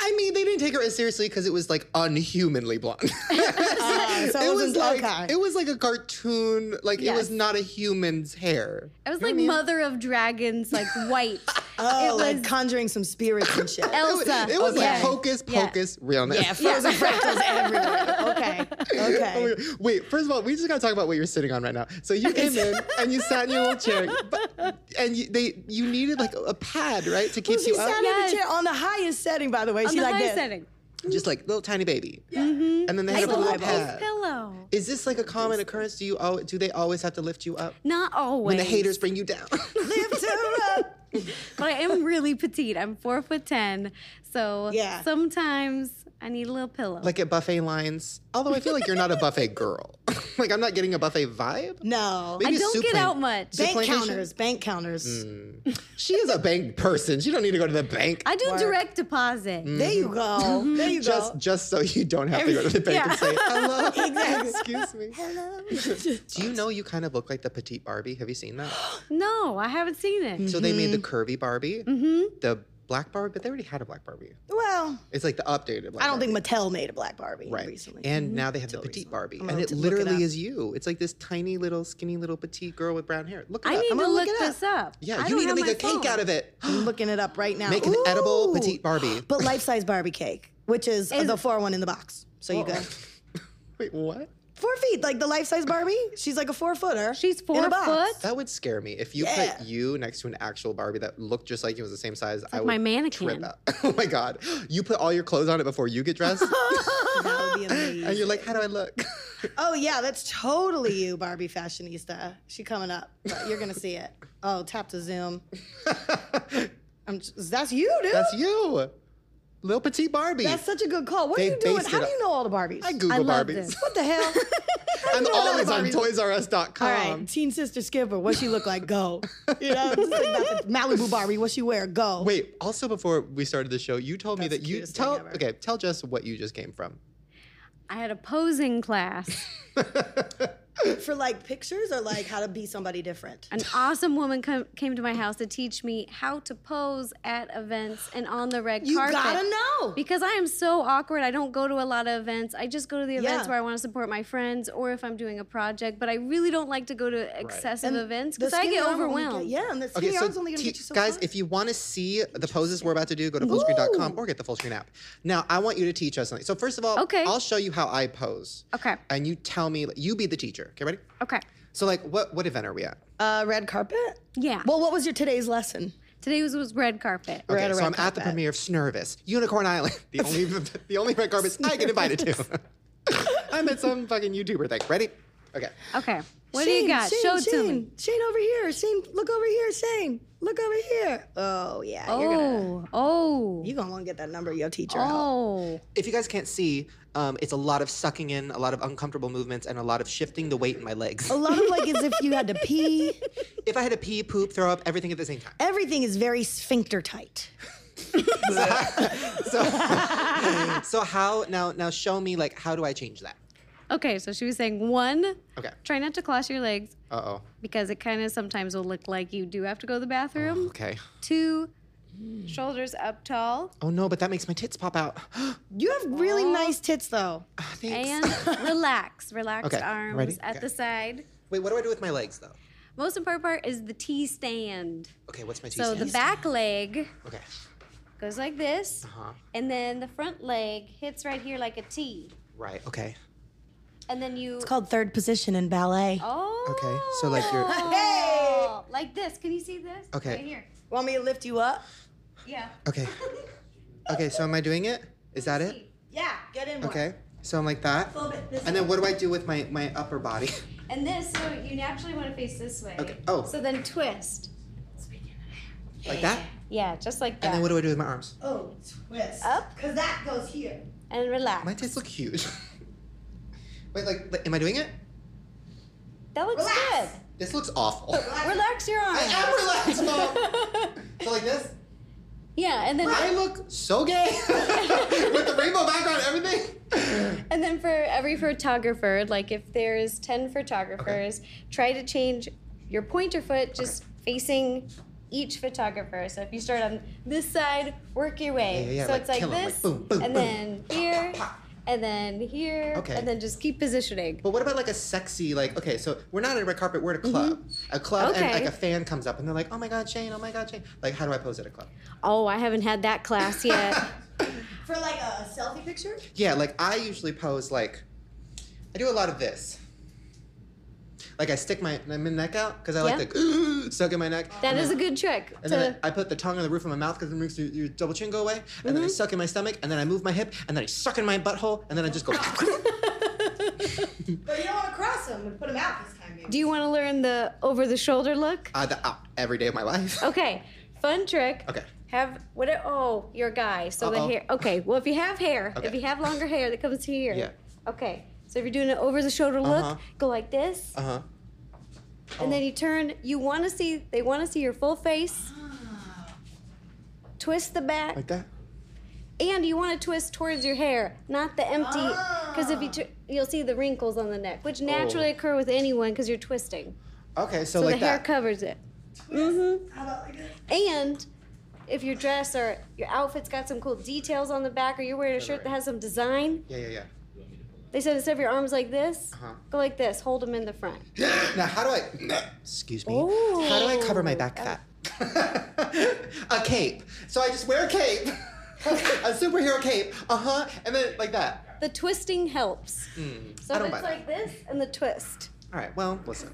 S1: I mean, they didn't take her as seriously because it was like unhumanly blonde.
S2: so it
S1: it was
S2: wasn't-
S1: like
S2: okay.
S1: it was like a cartoon. Like it was
S4: Yes.
S1: not a human's hair.
S4: I was like mother of dragons, like white.
S2: Oh,
S4: it was
S2: like conjuring some spirits and shit.
S1: It
S4: Elsa.
S1: was, it was
S4: Yeah.
S1: like hocus
S4: Yeah.
S1: pocus realness.
S2: frozen fractals everywhere. Okay,
S1: Oh my
S2: okay.
S1: God. Wait, first of all, we just gotta talk about what you're sitting on right now. So you came in and you sat in your little chair, but, and you, they you needed like a, a pad, right, to keep
S2: She
S1: you
S2: sat
S1: up,
S2: in
S4: Oh, Yes.
S2: the chair on the highest setting, by the way.
S4: On
S2: she
S4: the
S2: like
S4: high
S2: this.
S4: setting.
S1: just like little tiny baby. Mm-hmm. And then they had
S4: Like
S1: a
S4: a
S1: little
S4: little
S1: pad.
S4: pillow.
S1: Is this like a common occurrence? Do you al- do they always have to lift you up
S4: Not always.
S1: when the haters bring you down?
S2: Lift her up.
S4: but I am really petite. I'm four foot ten, so
S2: Yeah.
S4: sometimes I need a little pillow.
S1: like at buffet lines. Although I feel like you're not a buffet girl. like I'm not getting a buffet vibe.
S2: No.
S4: I
S1: Maybe
S4: don't
S1: soup
S4: get
S1: plan-
S4: out much.
S1: Soup
S2: Bank
S1: plantation?
S2: counters, bank counters.
S1: Mm-hmm. She is a bank person. She don't need to go to the bank.
S4: I do
S2: Work.
S4: direct deposit.
S1: Mm.
S2: There you go.
S4: Mm-hmm.
S2: There you
S1: just
S2: go.
S1: just so you don't have to go to the bank
S4: Yeah.
S1: and say hello.
S2: Exactly.
S1: Excuse me. Do you know you kind of look like the petite Barbie? Have you seen that?
S4: No, I haven't seen it.
S1: So they made the curvy Barbie, mm-hmm. the black Barbie, but they already had a black Barbie.
S2: Well,
S1: It's like the updated. Black
S2: I don't
S1: Barbie.
S2: think Mattel made a black Barbie
S1: Right.
S2: recently. Mm-hmm.
S1: And now they have the petite
S2: recently.
S1: Barbie.
S2: I'm
S1: and
S2: gonna
S1: it
S2: have to look it
S1: literally
S2: up.
S1: is you. It's like this tiny little, skinny little petite girl with brown hair. Look it
S4: I
S1: up.
S4: need
S1: I'm
S4: to
S1: gonna
S4: look,
S1: it
S4: this up.
S1: Yeah, you
S4: I don't
S1: need to
S4: have
S1: make
S4: my
S1: a cake out
S4: phone.
S1: of it.
S2: I'm looking it up right now.
S1: Make an edible
S2: Ooh.
S1: petite Barbie.
S2: But life size Barbie cake, which is, the four one in the box. So you go.
S1: Wait, what?
S2: Four feet, like the life size Barbie. She's like a four footer.
S4: She's
S2: in
S4: four
S2: a box.
S4: foot.
S1: That would scare me. If you
S2: Yeah.
S1: put you next to an actual Barbie that looked just like you was the same size, I would
S4: my mannequin.
S1: trip out. oh my god. You put all your clothes on it before you get dressed
S2: That would be
S1: and
S2: amazing.
S1: you're like, how do I look?
S2: Oh yeah, that's totally you, Barbie fashionista. She coming up. But you're gonna see it. Oh, tap to zoom. I'm just, that's you, dude.
S1: That's you. Little petite Barbie.
S2: That's such a good call. What
S1: They
S2: are you doing?
S1: based
S2: How
S1: it
S2: do you
S1: on-
S2: know all the Barbies?
S1: I Google
S4: I love
S1: Barbies.
S4: this.
S2: what the hell?
S1: I'm
S2: know all
S1: always
S2: the
S1: on
S2: Barbies.
S1: ToysRUs.com.
S2: all right, teen sister Skipper, what she look like? Go. You know, just think about the Malibu Barbie, what she wear? Go.
S1: Wait, also before we started the show, you told me
S2: That's
S1: that
S2: the
S1: you
S2: cutest thing
S1: tell
S2: ever.
S1: okay, tell Jess what you just came from.
S4: I had a posing class.
S2: For like pictures or like how to be somebody different.
S4: An awesome woman come, came to my house to teach me how to pose at events and on the red
S2: You
S4: carpet.
S2: gotta know.
S4: because I am so awkward. I don't go to a lot of events. I just go to the events
S2: Yeah.
S4: where I want to support my friends or if I'm doing a project. But I really don't like to go to excessive events
S2: The
S4: because I
S2: skinny
S4: get
S2: arm only
S4: overwhelmed.
S2: Get, yeah, and the skinny
S1: Okay,
S2: arm's
S1: so
S2: only gonna
S1: te-
S2: get you so
S1: guys,
S2: far.
S1: if you want to see the poses we're about to do, go to fullscreen.com or get the full screen app. Now, I want you to teach us something. So first of all,
S4: Okay.
S1: I'll show you how I pose.
S4: Okay.
S1: And you tell me you be the teacher. Okay, ready?
S4: Okay.
S1: So like what what event are we at?
S2: uh, red carpet.
S4: Yeah.
S2: Well, what was your today's lesson?
S4: Today was, was red carpet.
S1: Okay,
S2: at a
S1: so
S2: red
S1: I'm at the
S2: carpet.
S1: premiere of Snervous, Unicorn Island, the only the only red carpets I get invited to. I'm at some fucking YouTuber thing. Ready? Okay.
S4: Okay. What do you got?
S2: Shane,
S4: Show it
S2: Shane,
S4: to me.
S2: Shane over here. Shane, look over here. Shane, look over here. Oh yeah. You're gonna
S4: Oh, oh,
S2: you gonna want to get that number of your teacher out.
S4: oh.
S1: If you guys can't see, um, it's a lot of sucking in, a lot of uncomfortable movements, and a lot of shifting the weight in my legs.
S2: A lot of like as if you had to pee.
S1: If I had to pee, poop, throw up, everything at the same time.
S2: Everything is very sphincter tight.
S1: So, so how now? Now show me like how do I change that?
S4: Okay, so she was saying one,
S1: Okay.
S4: try not to cross your legs
S1: Uh oh.
S4: because it kind of sometimes will look like you do have to go to the
S2: Oh.
S4: bathroom.
S1: Oh, Okay.
S4: Two,
S2: Hmm.
S4: shoulders up tall
S1: Oh no, but that makes my tits pop out. Ah,
S2: You have really nice tits though.
S1: Thanks.
S4: and relax, relaxed
S1: Okay,
S4: arms
S1: ready?
S4: at
S1: Okay.
S4: the side.
S1: Wait, what do I do with my legs though?
S4: Most important part is the T stand.
S1: Okay, what's my T
S4: So the
S1: stand?
S4: back leg
S1: Okay.
S4: goes like this,
S1: Uh-huh.
S4: and then the front leg hits right here like a T.
S1: Right. Okay.
S4: And then you.
S2: It's called third position in ballet.
S4: Oh.
S1: Okay. So like you're.
S4: Oh, Like this. Can you see this?
S1: Okay.
S4: Right here.
S2: Want me to lift you up?
S4: Yeah.
S1: Okay. Okay. So am I doing it? Is that it?
S2: Yeah, get in more.
S1: Okay. So I'm like that.
S2: A little bit this
S1: And then what do I do with my my upper body?
S4: And this, so you naturally want to face this way.
S1: Okay. Oh.
S4: So then twist.
S1: Like that?
S4: Yeah, just like that.
S1: And then what do I do with my arms?
S2: Oh, twist.
S4: Up.
S2: Cause that goes here.
S4: And relax.
S1: My tits look huge. Wait, like, like, am I doing it?
S4: That looks
S2: Relax.
S1: This looks awful.
S4: good. Relax your arm.
S1: I am relaxed, mom. so like this.
S4: yeah, and then
S1: I look so gay with the rainbow background, and everything.
S4: and then for every photographer, like if there is ten photographers, try to change your pointer foot just facing each photographer. So if you start on this side, work your way.
S1: Yeah, yeah, yeah,
S4: so
S1: like
S4: it's like
S1: kill 'em, like
S4: this,
S1: boom, boom,
S4: and
S1: boom.
S4: then here, and then here,
S1: Okay.
S4: and then just keep positioning.
S1: But what about like a sexy, like, okay, so we're not in a red carpet, we're at a club. A club, and
S4: Okay.
S1: like a fan comes up, and they're like, oh my God, Shane, oh my God, Shane. Like, how do I pose at a club?
S4: Oh, I haven't had that class yet.
S2: For like a selfie picture?
S1: Yeah, like, I usually pose like, I do a lot of this. Like, I stick my, my neck out, because I
S4: Yeah.
S1: like to suck in my neck.
S4: That is a good trick.
S1: And
S4: to-
S1: then I, I put the tongue on the roof of my mouth because it makes your, your double chin go away. And then I
S4: Mm-hmm.
S1: suck in my stomach, and then I move my hip, and then I suck in my butthole, and then I just go.
S2: But you don't want to cross them and put them out this time. Maybe.
S4: do you want to learn the over the shoulder look?
S1: uh, the, out every day of my life.
S4: Okay, fun trick.
S1: Okay.
S4: Have what? Oh, your guy. So
S1: Uh-oh.
S4: the hair. Okay. Well, if you have hair, if
S1: Okay.
S4: you have longer hair that comes here.
S1: Yeah.
S4: Okay. So if you're doing an over the shoulder look,
S1: Uh-huh.
S4: go like this,
S1: Uh huh.
S4: and then you turn. You want to see. They want to see your full face. Twist the back,
S1: Ah. Like that.
S4: and you want to twist towards your hair, not the empty. Because
S1: Ah.
S4: if you, tw- you'll see the wrinkles on the neck,
S1: Oh.
S4: which naturally occur with anyone because you're twisting.
S1: Okay, so,
S4: So
S1: like
S4: the hair
S1: that.
S4: covers it. Mm-hmm. And if your dress or your outfit's got some cool details on the back, or you're wearing a shirt that has some design,
S1: Yeah, yeah, yeah.
S4: they said instead of your arms like this,
S1: Uh-huh.
S4: go like this. Hold them in the front.
S1: Now, how do I? Excuse me. How do I cover my back fat? a cape. So I just wear a cape, a superhero cape. Uh huh. And then like that.
S4: The twisting helps. So
S1: I don't
S4: if
S1: buy that.
S4: it's like this and the twist,
S1: All right. Well, listen.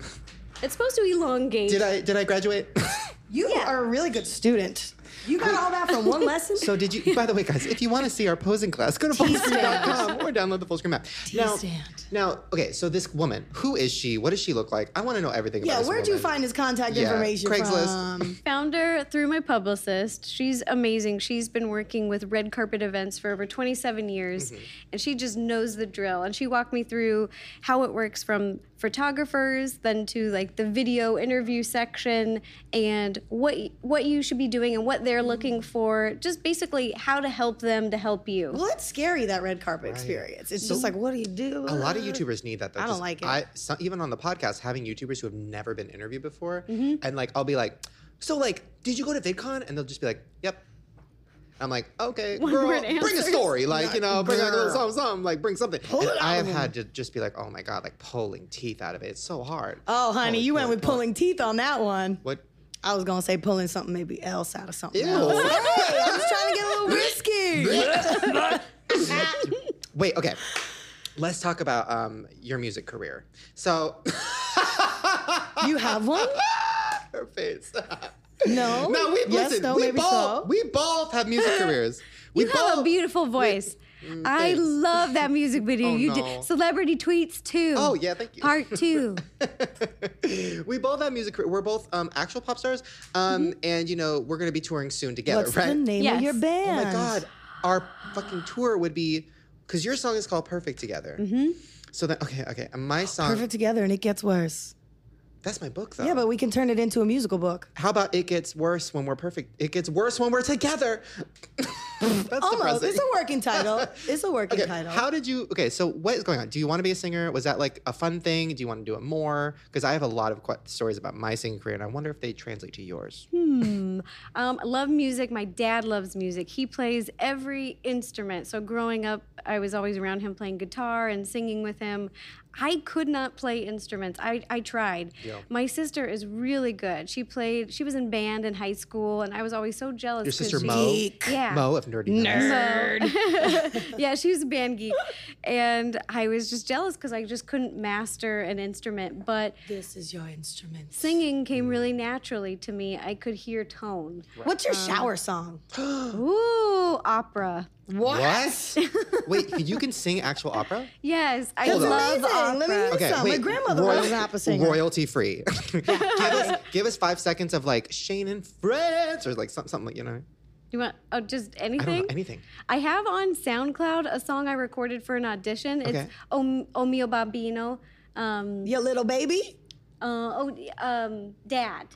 S4: it's supposed to elongate.
S1: Did I did I graduate?
S2: You
S4: Yeah.
S2: are a really good student. You got all that from one lesson?
S1: so did you? By the way, guys, if you want to see our posing class, go to fullscreen.com or download the full screen map. Now,
S2: T-stand.
S1: now, okay. So this woman, who is she? What does she look like? I want to know everything
S2: yeah,
S1: about this
S2: where'd you
S1: woman.
S2: find his contact
S1: Yeah,
S2: information
S1: Craigslist.
S2: from?
S4: Found her through my publicist. She's amazing. She's been working with red carpet events for over 27 years,
S1: Mm-hmm.
S4: and she just knows the drill. And she walked me through how it works from photographers, then to like the video interview section, and what what you should be doing and what they're
S1: Mm-hmm.
S4: looking for. Just basically how to help them to help you.
S2: Well, that's scary, that red carpet experience. It's just like, what do you do?
S1: A lot of YouTubers need that. Though,
S2: I don't
S1: 'cause
S2: like it.
S1: I so, even on the podcast having YouTubers who have never been interviewed before,
S2: Mm-hmm.
S1: and like I'll be like, "So like, did you go to VidCon?" And they'll just be like, "Yep." I'm like, "Okay, girl,
S4: word
S1: bring a
S4: answers.
S1: story, like you know, bring like a little
S2: Girl.
S1: something, something, like bring something."
S2: Pull
S1: And
S2: it out
S1: I have
S2: of 'em.
S1: had to just be like, "Oh my god, like pulling teeth out of it. It's so hard."
S2: Oh, honey, you went with pulling teeth on that one.
S1: What?
S2: I was going to say pulling something maybe else out of something
S1: Ew.
S2: else. Hey, I was trying to get a little risky.
S1: Wait, okay. Let's talk about um, your music career. So,
S2: you have one?
S1: her face.
S2: No.
S1: no, we
S2: yes,
S1: listen.
S2: no,
S1: we
S2: maybe
S1: both
S2: so.
S1: we both have music careers. We
S4: you have a
S1: both-
S4: beautiful voice. I
S1: Mm, thanks.
S4: love that music video.
S1: Oh,
S4: you
S1: no.
S4: did celebrity tweets too.
S1: Oh yeah, thank you.
S4: Part two.
S1: we both have music. career- We're both um, actual pop stars, um, and you know we're gonna be touring soon together,
S2: What's
S1: right?
S2: the Mm-hmm. name
S4: Yes.
S2: of your
S4: Oh my
S2: band?
S1: Oh my god, our fucking tour would be because your song is called "Perfect Together."
S4: hmm
S1: So then, okay, okay, and my song.
S2: Mm-hmm. Perfect together, and it gets worse.
S1: That's my book though.
S2: Yeah, but we can turn it into a musical book.
S1: how about it gets worse when we're perfect? It gets worse when we're together. That's
S2: Almost.
S1: depressing.
S2: It's a working title. It's a working
S1: Okay,
S2: title.
S1: how did you? Okay, so what is going on? Do you want to be a singer? Was that like a fun thing? Do you want to do it more? Because I have a lot of qu- stories about my singing career, and I wonder if they translate to yours.
S4: Hmm. Um, I love music. My dad loves music. He plays every instrument. So growing up, I was always around him playing guitar and singing with him. I could not play instruments. I, I tried.
S1: Yeah.
S4: My sister is really good. She played. She was in band in high school, and I was always so jealous.
S1: Your
S4: 'cause
S1: sister
S4: she-
S1: Mo,
S2: Geek.
S4: Yeah.
S1: Mo of Nerdy
S4: So-
S1: Nerd.
S4: yeah, she was a band geek, and I was just jealous because I just couldn't master an instrument. But
S2: This is your instrument.
S4: singing came really naturally to me. I could hear tone.
S2: What's your shower song?
S4: Ooh, opera.
S1: What? Wait, you can sing actual opera?
S4: Yes, I
S1: Hold on.
S4: love
S2: Amazing. Let me
S4: opera.
S2: hear
S1: Okay,
S2: Some. My
S1: wait.
S2: grandmother
S1: royal-
S2: was an opera singer.
S1: Royalty free. give us give us five seconds of like Shane and Friends or like some- something like you know.
S4: You want oh, just
S1: I
S4: anything?
S1: don't know anything.
S4: I have on SoundCloud a song I recorded for an audition. It's
S1: Okay.
S4: O, o mio bambino. Um,
S2: Your little baby?
S4: uh, oh, um, dad.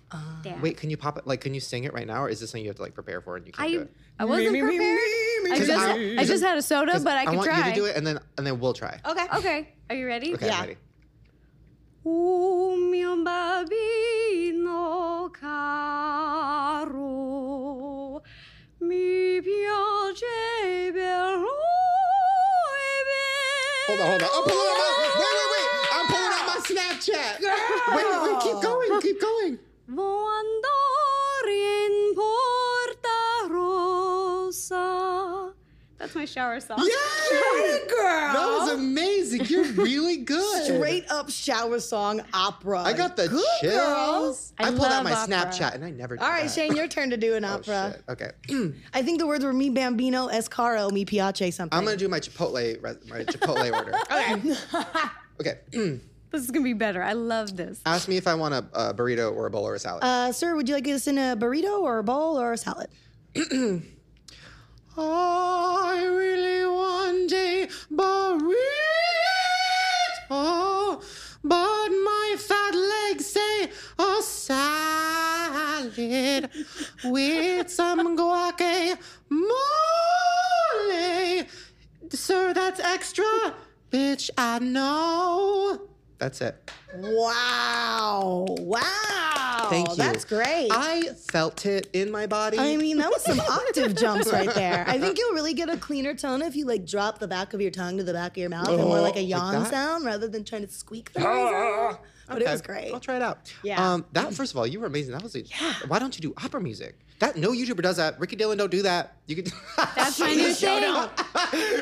S4: dad.
S1: Wait, can you pop it? Like, can you sing it right now, or is this something you have to like prepare for and you can't do
S4: I,
S1: it?
S4: I wasn't
S2: Me, me, me,
S4: prepared.
S2: me, me,
S4: I
S2: me.
S4: just,
S1: I-
S4: I just had a soda,
S1: 'Cause
S4: but I could
S1: want
S4: try.
S1: you to do it, and then and then we'll try.
S2: Okay.
S4: Okay, are you ready?
S1: Okay,
S2: Yeah.
S1: I'm ready.
S4: Un mio bambino caro, mi piace e per lui
S1: Hold on, Oh, hold on. I'm pulling out. my- Wait, wait, wait. I'm pulling out my Snapchat. Wait, wait, wait. Keep going. Keep going.
S4: Vou andar in Porta Rosa. That's my shower song.
S1: Yeah.
S2: Girl.
S1: That was amazing. You're really good.
S2: Straight up shower song opera.
S1: I got the chills.
S2: girls.
S1: I,
S4: I
S1: pulled out my
S4: love opera.
S1: Snapchat and I never. Did
S2: All right,
S1: that.
S2: Shane, your turn to do an
S1: Oh,
S2: opera.
S1: shit. Okay.
S2: I think the words were me bambino, escaro, mi piace something.
S1: I'm gonna do my Chipotle res- my Chipotle order.
S2: Okay.
S1: Okay.
S4: This is gonna be better. I love this.
S1: Ask me if I want a, a burrito or a bowl or a salad.
S2: uh, sir, would you like this in a burrito or a bowl or a salad?
S1: I really want a burrito, but my fat legs say a salad with some guacamole. Sir, that's extra. Bitch, I know. That's it.
S2: Wow. Wow.
S1: Thank you.
S2: Oh, That's great.
S1: I felt it in my body.
S2: I mean, that was some octave jumps right there. I think you'll really get a cleaner tone if you like drop the back of your tongue to the back of your mouth and more like a
S1: Oh, like
S2: yawn
S1: that? Ah,
S2: sound rather than trying to squeak the noise out. But it
S1: Okay,
S2: was great.
S1: I'll try it out.
S2: Yeah.
S1: Um, that first of all, you were amazing. That was a, yeah. Why don't you do opera music? That no YouTuber does that. Ricky Dillon don't do that. You could.
S4: That's my new thing.
S1: oh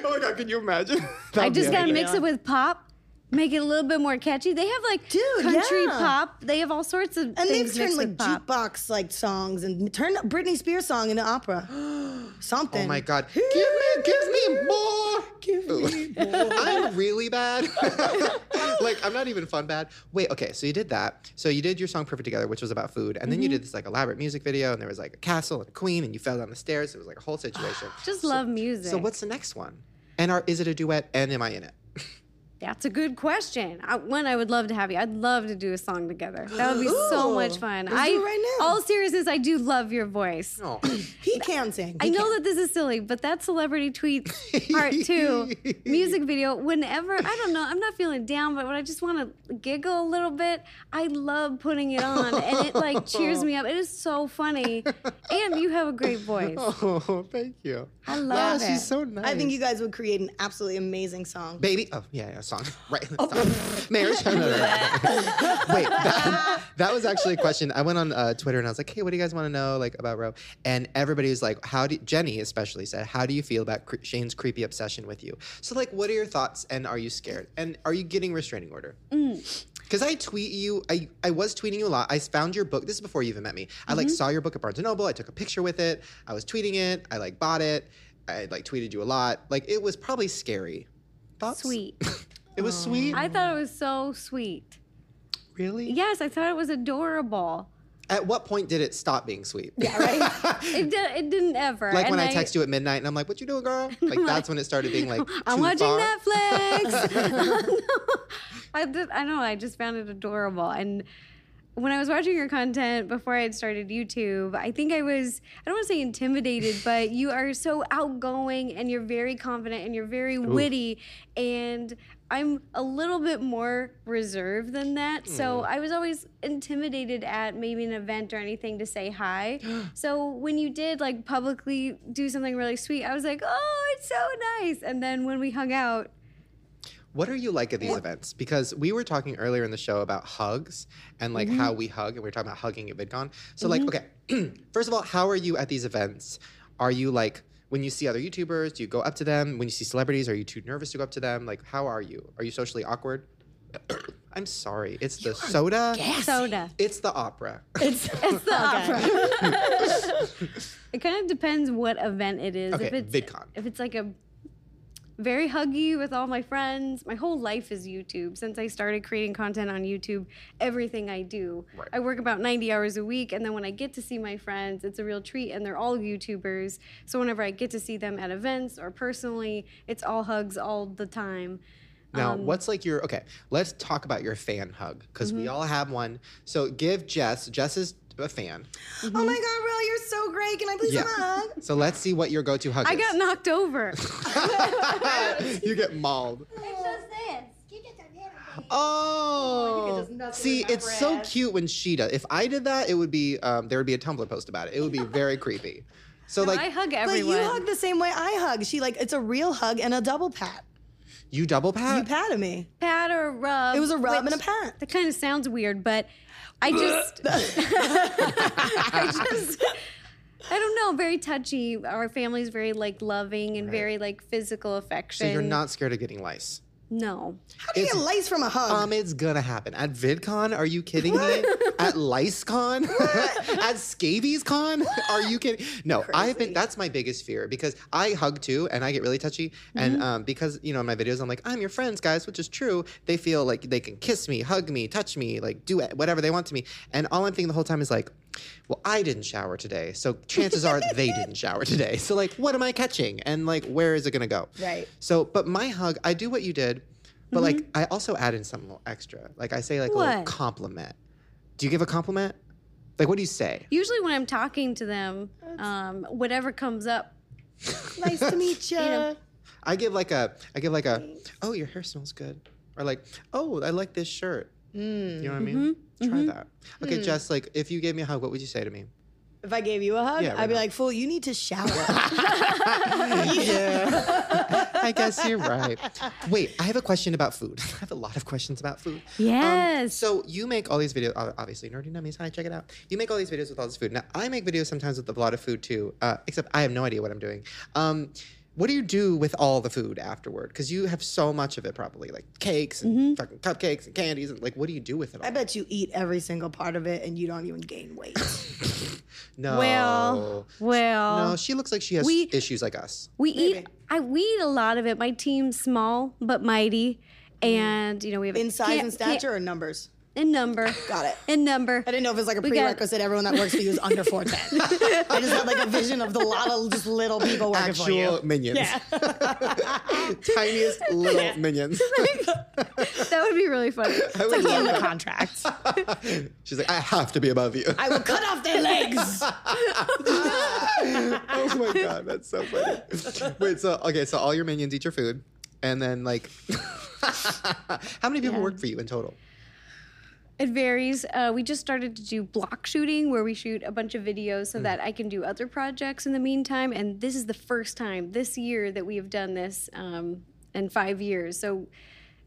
S1: my god! Can you imagine? That
S4: I
S1: would be
S4: just gotta
S1: amazing.
S4: mix it with pop, make it a little bit more catchy. They have like
S2: Dude,
S4: country
S2: yeah.
S4: pop. They have all sorts of
S2: And they've
S4: things
S2: turned like
S4: mixed with pop.
S2: jukebox like songs and turned Britney Spears song into opera. Something.
S1: Oh my god! Give me, give me more.
S2: Give me more.
S1: I'm really bad. like I'm not even fun bad. Wait, okay. So you did that. So you did your song "Perfect Together," which was about food, and then
S2: Mm-hmm.
S1: you did this like elaborate music video, and there was like a castle and a queen, and you fell down the stairs. It was like a whole situation.
S4: Just love music.
S1: So what's the next one? And are, is it a duet? And am I in it?
S4: That's a good question. I, one, I would love to have you. I'd love to do a song together. That would be so
S2: Ooh.
S4: much fun.
S2: Let's
S4: I
S2: do it right now.
S4: all seriousness, I do love your voice.
S1: Oh.
S2: He can sing.
S4: I know that this is silly, but that celebrity tweet part two music video. Whenever I don't know, I'm not feeling down, but when I just want to giggle a little bit, I love putting it on, and it like cheers me up. It is so funny, and you have a great voice.
S1: oh, thank you.
S4: I
S1: Wow,
S4: love it.
S1: she's so nice.
S2: I think you guys would create an absolutely amazing song.
S1: Baby, oh yeah, yeah, song right, song. marriage. No, no, no, no, no. Wait, that, that was actually a question. I went on uh, Twitter and I was like, "Hey, what do you guys want to know like about Roe?" And everybody was like, "How do Jenny especially said, how do you feel about cre- Shane's creepy obsession with you?" So like, what are your thoughts? And are you scared? And are you getting restraining order? Because I tweet you, I, I was tweeting you a lot. I found your book. This is
S4: Mm-hmm.
S1: before you even met me. I like saw your book at Barnes and Noble. I took a picture with it. I was tweeting it. I like bought it. I like tweeted you a lot. Like it was probably scary. Thoughts?
S4: Sweet.
S1: It was sweet.
S4: I thought it was so sweet.
S1: really?
S4: Yes, I thought it was adorable.
S1: At what point did it stop being sweet?
S4: Yeah, right. it, di- it didn't ever.
S1: Like when
S4: And
S1: I, text you at midnight and I'm like, "What you doing, girl?" Like that's when it started being like,
S4: I'm
S1: too
S4: watching
S1: far.
S4: Netflix. I did, I know. I just found it adorable. And when I was watching your content before I had started YouTube, I think I was, I don't want to say intimidated, but you are so outgoing and you're very confident and you're very witty. And I'm a little bit more reserved than that. So I was always intimidated at maybe an event or anything to say hi. so when you did like publicly do something really sweet, I was like, oh, it's so nice. And then when we hung out,
S1: What are you like at these events? Because we were talking earlier in the show about hugs and like
S4: Mm-hmm.
S1: how we hug, and we were talking about hugging at VidCon. So like, okay, first of all, how are you at these events? Are you like when you see other YouTubers, do you go up to them? When you see celebrities, are you too nervous to go up to them? Like, how are you? Are you socially awkward? I'm sorry. It's the soda.
S4: soda.
S1: It's the opera.
S2: It's,
S4: It's the opera. it kind of depends what event it is.
S1: Okay,
S4: if it's
S1: VidCon.
S4: if it's like a very huggy with all my friends, my whole life is YouTube. Since I started creating content on YouTube, everything I do,
S1: Right.
S4: I work about 90 hours a week, and then when I get to see my friends, it's a real treat, and they're all YouTubers. So whenever I get to see them at events or personally, it's all hugs all the time.
S1: Now,
S4: Um,
S1: what's like your okay? Let's talk about your fan hug because
S4: Mm-hmm.
S1: we all have one. So give Jess. Jess is a fan.
S2: oh my God, Will, you're so great. Can I please have a hug?
S1: So let's see what your go-to hug
S4: I
S1: is.
S4: got knocked over.
S1: you get mauled. Oh, see, it's so cute when she does. If I did that, it would be um, there would be a Tumblr post about it. It would be very creepy. So like
S4: I hug
S2: But
S4: everyone.
S2: you hug the same way I hug. She like it's a real hug and a double pat.
S1: you double pat.
S2: You patted me.
S4: pat or rub.
S2: It was a rub
S4: which-
S2: and a pat.
S4: That kind of sounds weird, but I just, I just, I don't know. Very touchy. Our family's very like loving and very like physical affection.
S1: so you're not scared of getting lice.
S4: No,
S2: How do you
S1: It's-
S2: get lice from a hug?
S1: Um, it's gonna happen at VidCon. Are you kidding me? at LiceCon? at ScabiesCon? Are you kidding? No, I've been. That's my biggest fear because I hug too, and I get really touchy. And um, because you know in my videos, I'm like, I'm your friends, guys, which is true. They feel like they can kiss me, hug me, touch me, like do whatever they want to me. And all I'm thinking the whole time is like. Well, I didn't shower today, so chances are they didn't shower today. So, like, what am I catching? And, like, where is it gonna go?
S2: Right.
S1: So, but my hug, I do what you did, but like I also add in some little extra. Like I say like a little
S4: What?
S1: compliment. Do you give a compliment? Like what do you say?
S4: usually when I'm talking to them, um, whatever comes up.
S2: nice to meet you.
S4: know.
S1: I give like a I give like a oh your hair smells good. Or like, oh, I like this shirt. You know what I mean? Try that. Okay, Jess, like if you gave me a hug, what would you say to me?
S2: If I gave you a hug,
S1: Yeah, why
S2: I'd be
S1: not?
S2: like, fool, you need to shower.
S1: yeah. I guess you're right. Wait, I have a question about food. I have a lot of questions about food. Um,
S4: Yes.
S1: so you make all these videos, ob- obviously Nerdy Nummies. Hi, check it out. You make all these videos with all this food. Now I make videos sometimes with a lot of food too. Uh, except I have no idea what I'm doing. Um, what do you do with all the food afterward? Because you have so much of it, probably like cakes and fucking cupcakes and candies and like, what do you do with it all?
S2: I bet you eat every single part of it and you don't even gain weight.
S1: No.
S2: Oh.
S4: well, well,
S1: no. She looks like she has
S4: we-
S1: issues like us.
S4: We eat. I we eat a lot of it. My team's small but mighty, and you know we have
S2: Mm-hmm. In size
S4: can't-
S2: and
S4: can't-
S2: stature or numbers?
S4: in number.
S2: Got it.
S4: In number.
S2: I didn't know if it was like a
S4: got-
S2: prerequisite. Everyone that works for you is under 410. I just had like a vision of the lot of just little people working for
S1: Actual
S2: you.
S1: minions. Tiniest little minions.
S4: That would be really funny.
S1: I would
S2: In
S1: love
S2: the
S1: that.
S2: contract.
S1: She's like, I have to be above you.
S2: I will cut off their legs.
S1: oh my god, that's so funny. Wait, so okay, so all your minions eat your food, and then like, how many people work for you in total?
S4: It varies. Uh, we just started to do block shooting where we shoot a bunch of videos so that I can do other projects in the meantime. And this is the first time this year that we have done this um, in five years. So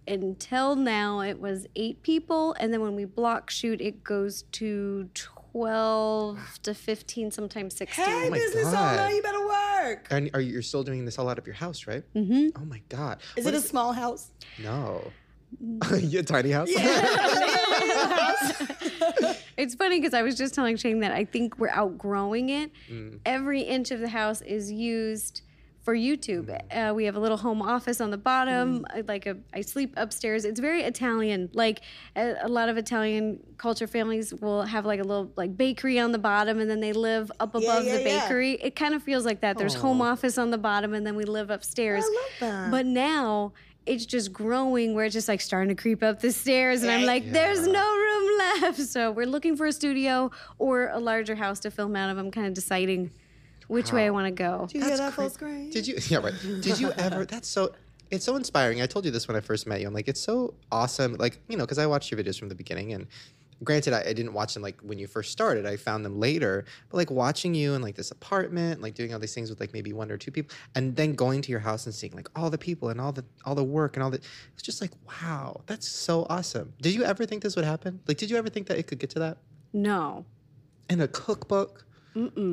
S4: until now, it was eight people. And then when we block shoot, it goes to 12 to 15, sometimes 16.
S2: hey,
S1: Oh my
S2: business
S1: God.
S2: owner, you better work.
S1: And are you, you're still doing this all out of your house, right? Mm-hmm. Oh my god,
S2: Is
S1: What
S2: it a Mm. small house?
S1: no? your tiny house.
S4: It's funny because I was just
S2: Mm.
S4: telling Shane that I think we're outgrowing it. Every inch of the house is used for YouTube.
S2: Mm.
S4: Uh, we have a little home office on the bottom. I- Like a, I sleep upstairs. It's very Italian. Like a, a lot of Italian culture families will have like a little like bakery on the bottom, and then they live up
S2: Yeah,
S4: above
S2: yeah,
S4: the
S2: yeah.
S4: bakery. It kind of feels like that. There's home office on the bottom, and then we live upstairs.
S2: that.
S4: But now it's just growing where it's just like starting to creep up the stairs. And I'm like, there's no room left. So we're looking for a studio or a larger house to film out of. I'm kind of deciding which way I want to go.
S2: Do you hear that full screen?
S1: Did you? Yeah, right. Did you ever? That's so. It's so inspiring. I told you this when I first met you. I'm like, it's so awesome. Like, you know, because I watched your videos from the beginning, and granted, I, I didn't watch them like when you first started. I found them later. But like watching you in like this apartment, like doing all these things with like maybe one or two people, and then going to your house and seeing like all the people and all the all the work and all the. It's just like, wow, that's so awesome. Did you ever think this would happen? Like, did you ever think that it could get to that?
S4: No.
S1: And a cookbook,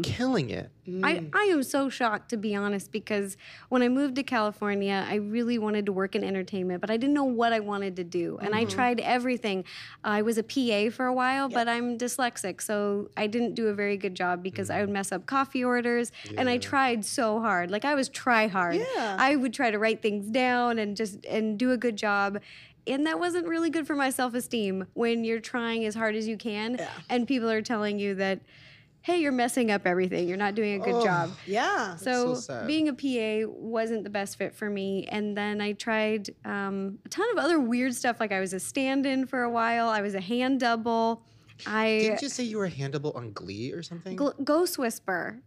S1: killing it.
S4: I, I am so shocked to be honest because when I moved to California, I really wanted to work in entertainment, but I didn't know what I wanted to do. And I tried everything. I was a PA for a while, but I'm dyslexic, so I didn't do a very good job because I would mess up coffee orders and I tried so hard. Like I was try hard.
S2: Yeah.
S4: I would try to write things down and just and do a good job. And that wasn't really good for my self-esteem when you're trying as hard as you can and people are telling you that hey, you're messing up everything. You're not doing a good job.
S2: Yeah.
S4: So,
S1: Oh, so sad.
S4: being a PA wasn't the best fit for me. And then I tried um, a ton of other weird stuff. Like I was a stand-in for a while. I was a hand double. I
S1: Didn't you say you were handable on Glee or something?
S4: gl- ghost whisper.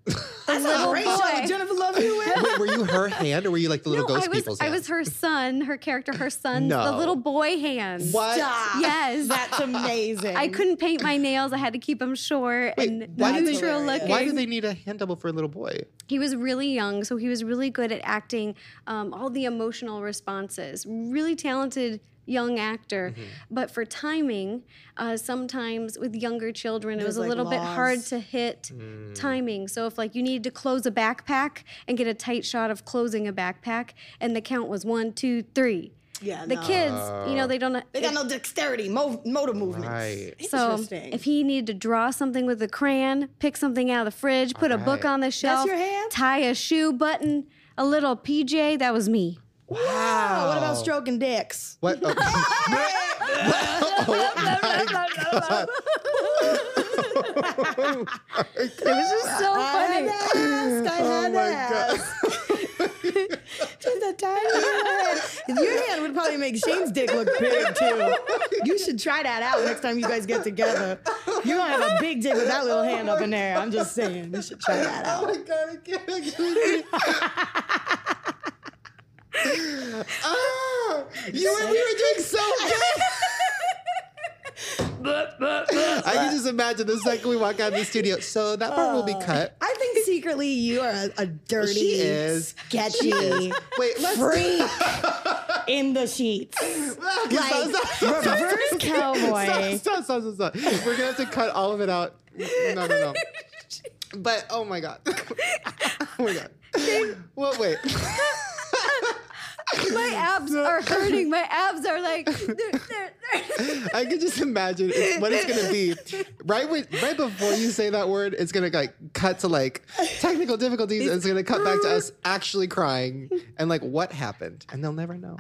S2: That's a great show.
S4: boy.
S2: Jennifer Love Hewitt.
S1: Wait, were you her hand or were you like the little
S4: No,
S1: ghost
S4: I was
S1: people's
S4: I
S1: hand?
S4: was her son, her character, her son's the
S1: No.
S4: little boy hands.
S1: What?
S2: Stop.
S4: Yes.
S2: That's amazing.
S4: I couldn't paint my nails. I had to keep them short and
S1: why did they-
S4: neutral
S2: That's hilarious.
S4: looking.
S1: Why do they need a hand double for a little boy?
S4: he was really young, so he was really good at acting, um, all the emotional responses. Really talented young actor, but for timing, uh, sometimes with younger children, it
S2: There's,
S4: was a
S2: like,
S4: little bit hard
S2: laws.
S4: to hit timing. So if like you needed to close a backpack and get a tight shot of closing a backpack, and the count was one, two, three,
S2: Yeah.
S4: the
S2: no.
S4: kids, you know, they don't.
S2: They got no dexterity, mo- motor movements.
S1: Right.
S4: so
S2: Interesting.
S4: if he needed to draw something with a crayon, pick something out of the fridge, put a book
S1: right.
S4: on the shelf,
S2: your hand?
S4: tie a shoe button, a little PJ, that was me.
S2: wow. Oh, What about
S1: Wow.
S2: stroking dicks?
S1: What? Oh,
S4: It was just so
S2: I
S4: funny.
S2: had asked. I had asked. Just a tiny hand. Your hand would probably make Shane's dick look big too. You should try that out next time you guys get together. You're gonna have a big dick with that little hand up in there. I'm just saying, you should try that out.
S1: my god, I can't actually. ah, you and we were doing so good. I can just imagine the second we walk out of the studio. So that part will be
S4: Oh.
S1: cut.
S2: I think secretly you are a, a dirty,
S1: She is.
S2: sketchy
S1: Wait, let's.
S2: freak in the sheets,
S1: Okay, stop,
S2: like
S1: stop, stop, stop.
S2: reverse cowboy.
S1: Stop, stop, stop, stop, stop. We're gonna have to cut all of it out. No, no, no. But oh my god. oh my god. Well, wait.
S4: My abs are hurting. My abs are like. they're- they're- they're-
S1: I can just imagine it's, what it's gonna be. Right when, right before you say that word, it's gonna like cut to like technical difficulties, and it's gonna cut back to us actually crying and like what happened, and they'll never know.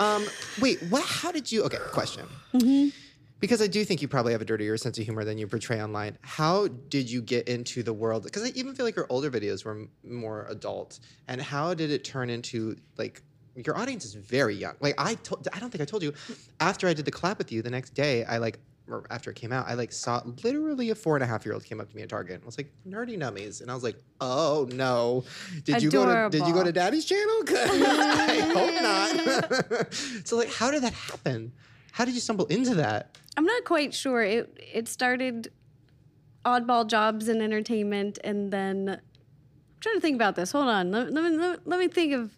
S1: Um, wait, what? How did you? Okay, question. Because I do think you probably have a dirtier sense of humor than you portray online. How did you get into the world? Because I even feel like your older videos were m- more adult. And how did it turn into like your audience is very young? Like I told, I don't think I told you. After I did the collab with you, the next day I like, or after it came out, I like saw literally a four and a half year old came up to me at Target and was like, "Nerdy nummies," and I was like, "Oh no, did you go to did you go to
S4: Adorable.
S1: Daddy's channel? 'Cause I hope not." so like, how did that happen? How did you stumble into that?
S4: I'm not quite sure. It it started oddball jobs in entertainment, and then I'm trying to think about this. Hold on. Let, let me let, me think of.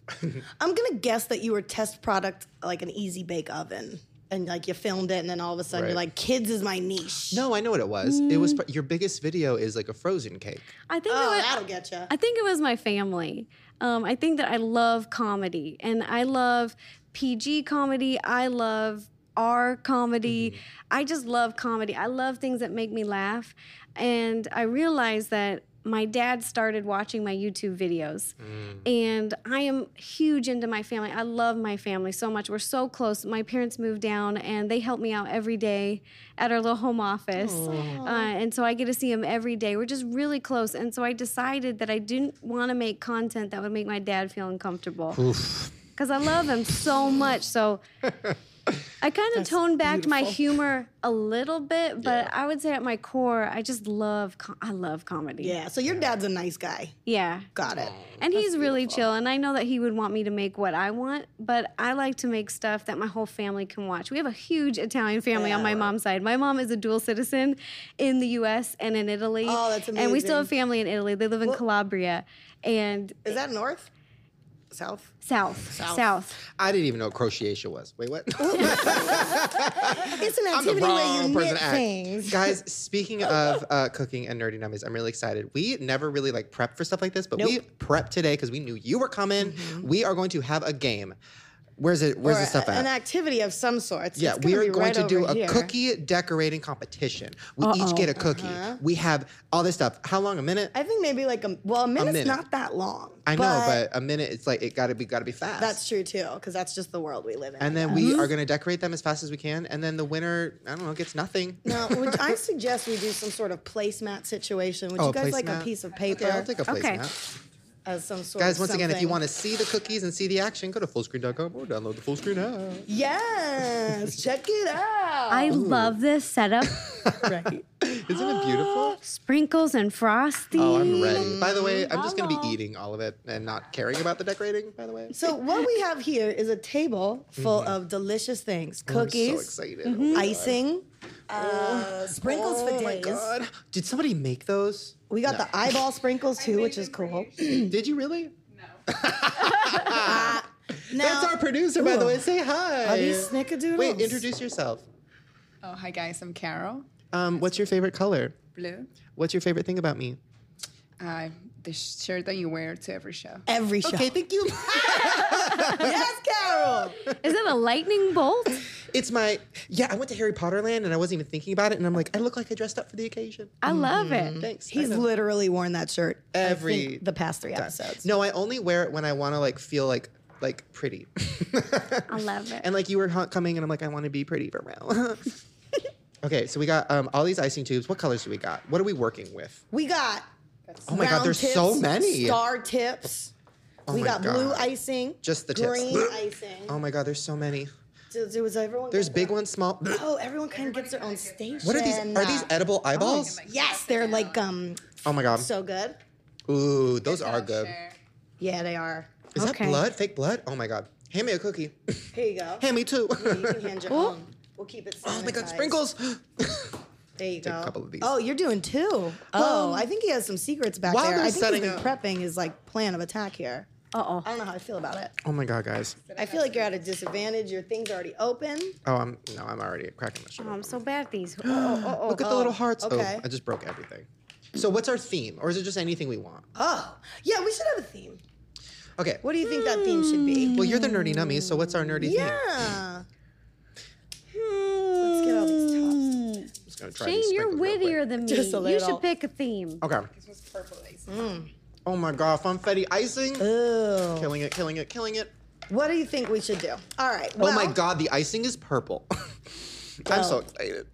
S2: I'm gonna guess that you were test product like an easy bake oven, and like you filmed it, and then all of a sudden you're
S1: Right.
S2: like, "Kids is my niche."
S1: No, I know what it was. It
S2: Mm.
S1: was pr- your biggest video is like a frozen cake.
S4: I think
S2: oh,
S4: it was,
S2: that'll get you.
S4: I think it was my family. Um, I think that I love comedy and I love PG comedy. I love R comedy. I just love comedy. I love things that make me laugh. And I realized that my dad started watching my YouTube videos. And I am huge into my family. I love my family so much. We're so close. My parents moved down and they help me out every day at our little home office. Uh, and so I get to see them every day. We're just really close. And so I decided that I didn't want to make content that would make my dad feel uncomfortable
S1: Oof.
S4: because I love him so much. So I kind of toned back my humor a little bit, but I would say at my core, I just love com- I love comedy.
S2: Yeah. So your dad's a nice guy.
S4: yeah.
S2: Got it.
S4: And he's really chill, and I know that he would want me to make what I want, but I like to make stuff that my whole family can watch. We have a huge Italian family on my mom's side. My mom is a dual citizen in the U.S. and in Italy.
S2: Oh, that's
S4: And we
S2: amazing.
S4: still have family in Italy. They live in Calabria and
S2: Is that north? South?
S4: south, south. south.
S1: I didn't even know crochetia was. Wait, what?
S2: It's an
S1: I'm the
S2: activity where
S1: wrong
S2: you
S1: person
S2: knit
S1: to ask.
S2: things.
S1: Guys, speaking of uh, cooking and nerdy nummies, I'm really excited. We never really like prep for stuff like this, but we prepped today because we knew you were coming. We are going to have a game. Where's it? Where's the
S2: Mm-hmm. Or
S1: stuff
S2: a-
S1: at?
S2: An activity of some sort.
S1: yeah, we are going to do a
S2: here.
S1: cookie decorating competition. We each get a cookie. We have all this stuff. How long? A minute? I,
S2: Uh-huh. I think maybe like a well, a minute's
S1: minute.
S2: not that long.
S1: know, but a minute. It's like it got to be got to be fast.
S2: that's true too, because that's just the world we live in.
S1: And then we are going to decorate them as fast as we can, and then the winner, I don't know, gets nothing.
S2: now, would I suggest we do some sort of placemat situation? Would
S1: Oh,
S2: you guys like a
S1: placemat?
S2: piece of
S1: Okay,
S2: paper
S1: I'll take a placemat.
S4: Okay.
S2: as some sort?
S1: Guys,
S2: of
S1: once again, if you
S2: something?
S1: want to see the cookies and see the action, go to fullscreen.com or download the full screen app.
S2: yes, check it out.
S4: I love this setup.
S2: right.
S1: Isn't it beautiful?
S4: Sprinkles and frosty.
S1: Oh, I'm ready. By the way, I'm just going to be eating all of it and not caring about the decorating, by the way.
S2: So what we have here is a table full of delicious things:
S1: Mm-hmm. Oh, I'm so
S2: cookies, Mm-hmm.
S1: excited.
S2: icing, uh, sprinkles
S1: Oh
S2: for
S1: my
S2: days.
S1: god. Did somebody make those?
S2: We got the eyeball sprinkles too, which is cool.
S1: Did you really?
S2: Now,
S1: That's our producer, by the
S2: Ooh.
S1: way. Say hi.
S2: are these snickerdoodles?
S1: Wait, introduce yourself.
S5: Oh, hi guys, I'm Carol.
S1: Um, what's your favorite color?
S5: Blue.
S1: What's your favorite thing about me?
S5: Uh, the shirt that you wear to every show.
S2: every show.
S1: Okay, thank you.
S2: Yes, Carol.
S4: Is it a lightning bolt?
S1: it's my yeah. I went to Harry Potter Land and I wasn't even thinking about it, and I'm like, I look like I dressed up for the occasion.
S4: I love
S2: Mm-hmm.
S4: it.
S1: Thanks. I
S2: He's
S1: know.
S2: literally worn that shirt I think,
S1: Every
S2: the past three episodes.
S1: No, I only wear it when I want to like feel like like pretty.
S4: I love it.
S1: and like you were hu- coming, and I'm like, I want to be pretty for real. okay, so we got um, all these icing tubes. What colors do we got? What are we working with?
S2: We got
S1: Oh my god,
S2: round
S1: there's
S2: tips,
S1: so many. Oh
S2: star tips. we
S1: my
S2: got blue
S1: God.
S2: icing,
S1: Just the tips.
S2: green icing.
S1: Oh my god, there's so many.
S2: So there was everyone.
S1: There's
S2: got
S1: big
S2: that?
S1: ones, small.
S2: Oh, everyone kind of gets their own station.
S1: What are these? Are these edible eyeballs?
S2: Yes, they're like um
S1: Oh my god.
S2: Oh so good.
S1: Ooh, those are good.
S2: Yeah, they are.
S1: Is that
S4: Okay.
S1: blood? Fake blood? Oh my god. Hand me a cookie.
S2: Here you go.
S1: Hand me two.
S2: You can hand your own. We'll keep it.
S1: Oh my god,
S2: sanitized.
S1: sprinkles.
S2: There you go.
S1: a couple of these.
S2: Oh, you're doing two. Oh, I think he has some secrets back
S1: while
S2: there.
S1: they're
S2: I think
S1: setting
S2: he's been
S1: up-
S2: prepping his like plan of attack here.
S4: Uh
S2: I don't know how I feel about it.
S1: Oh my god, guys.
S2: I feel like you're at a disadvantage. Your thing's already open.
S1: Oh, I'm no, I'm already cracking the shit.
S4: oh. I'm so bad at these. Oh, oh, oh, oh.
S1: Look at the little hearts.
S2: Um, okay.
S1: Oh, I just broke everything. So what's our theme? Or is it just anything we want?
S2: Oh, yeah, we should have a theme.
S1: Okay.
S2: What do you think that theme should be?
S1: well, you're the nerdy nummy, so what's our nerdy theme?
S2: Yeah. Let's get all these
S4: Mm.
S2: tops.
S1: I'm just gonna try these
S4: Shane, you're
S1: sprinkles real quick. Oh.
S4: wittier than me.
S2: Just a
S4: You
S2: little.
S4: should pick a theme.
S1: Okay.
S5: This was purple lace.
S1: Oh my god, funfetti icing.
S2: Ew.
S1: Killing it, killing it, killing it.
S2: What do you think we should do? All right.
S1: oh
S2: well,
S1: my god, the icing is purple. I'm so excited.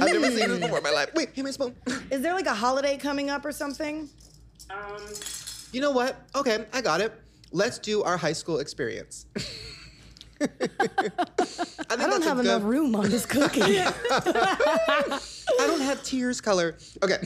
S1: I've never seen this before in my life. Wait, hand me a spoon.
S2: Is there like a holiday coming up or something?
S1: You know what? Okay, I got it. Let's do our high school experience. I, think
S2: I don't
S1: that's a
S2: have
S1: good-
S2: enough room on this cookie.
S1: I don't have tears color. Okay.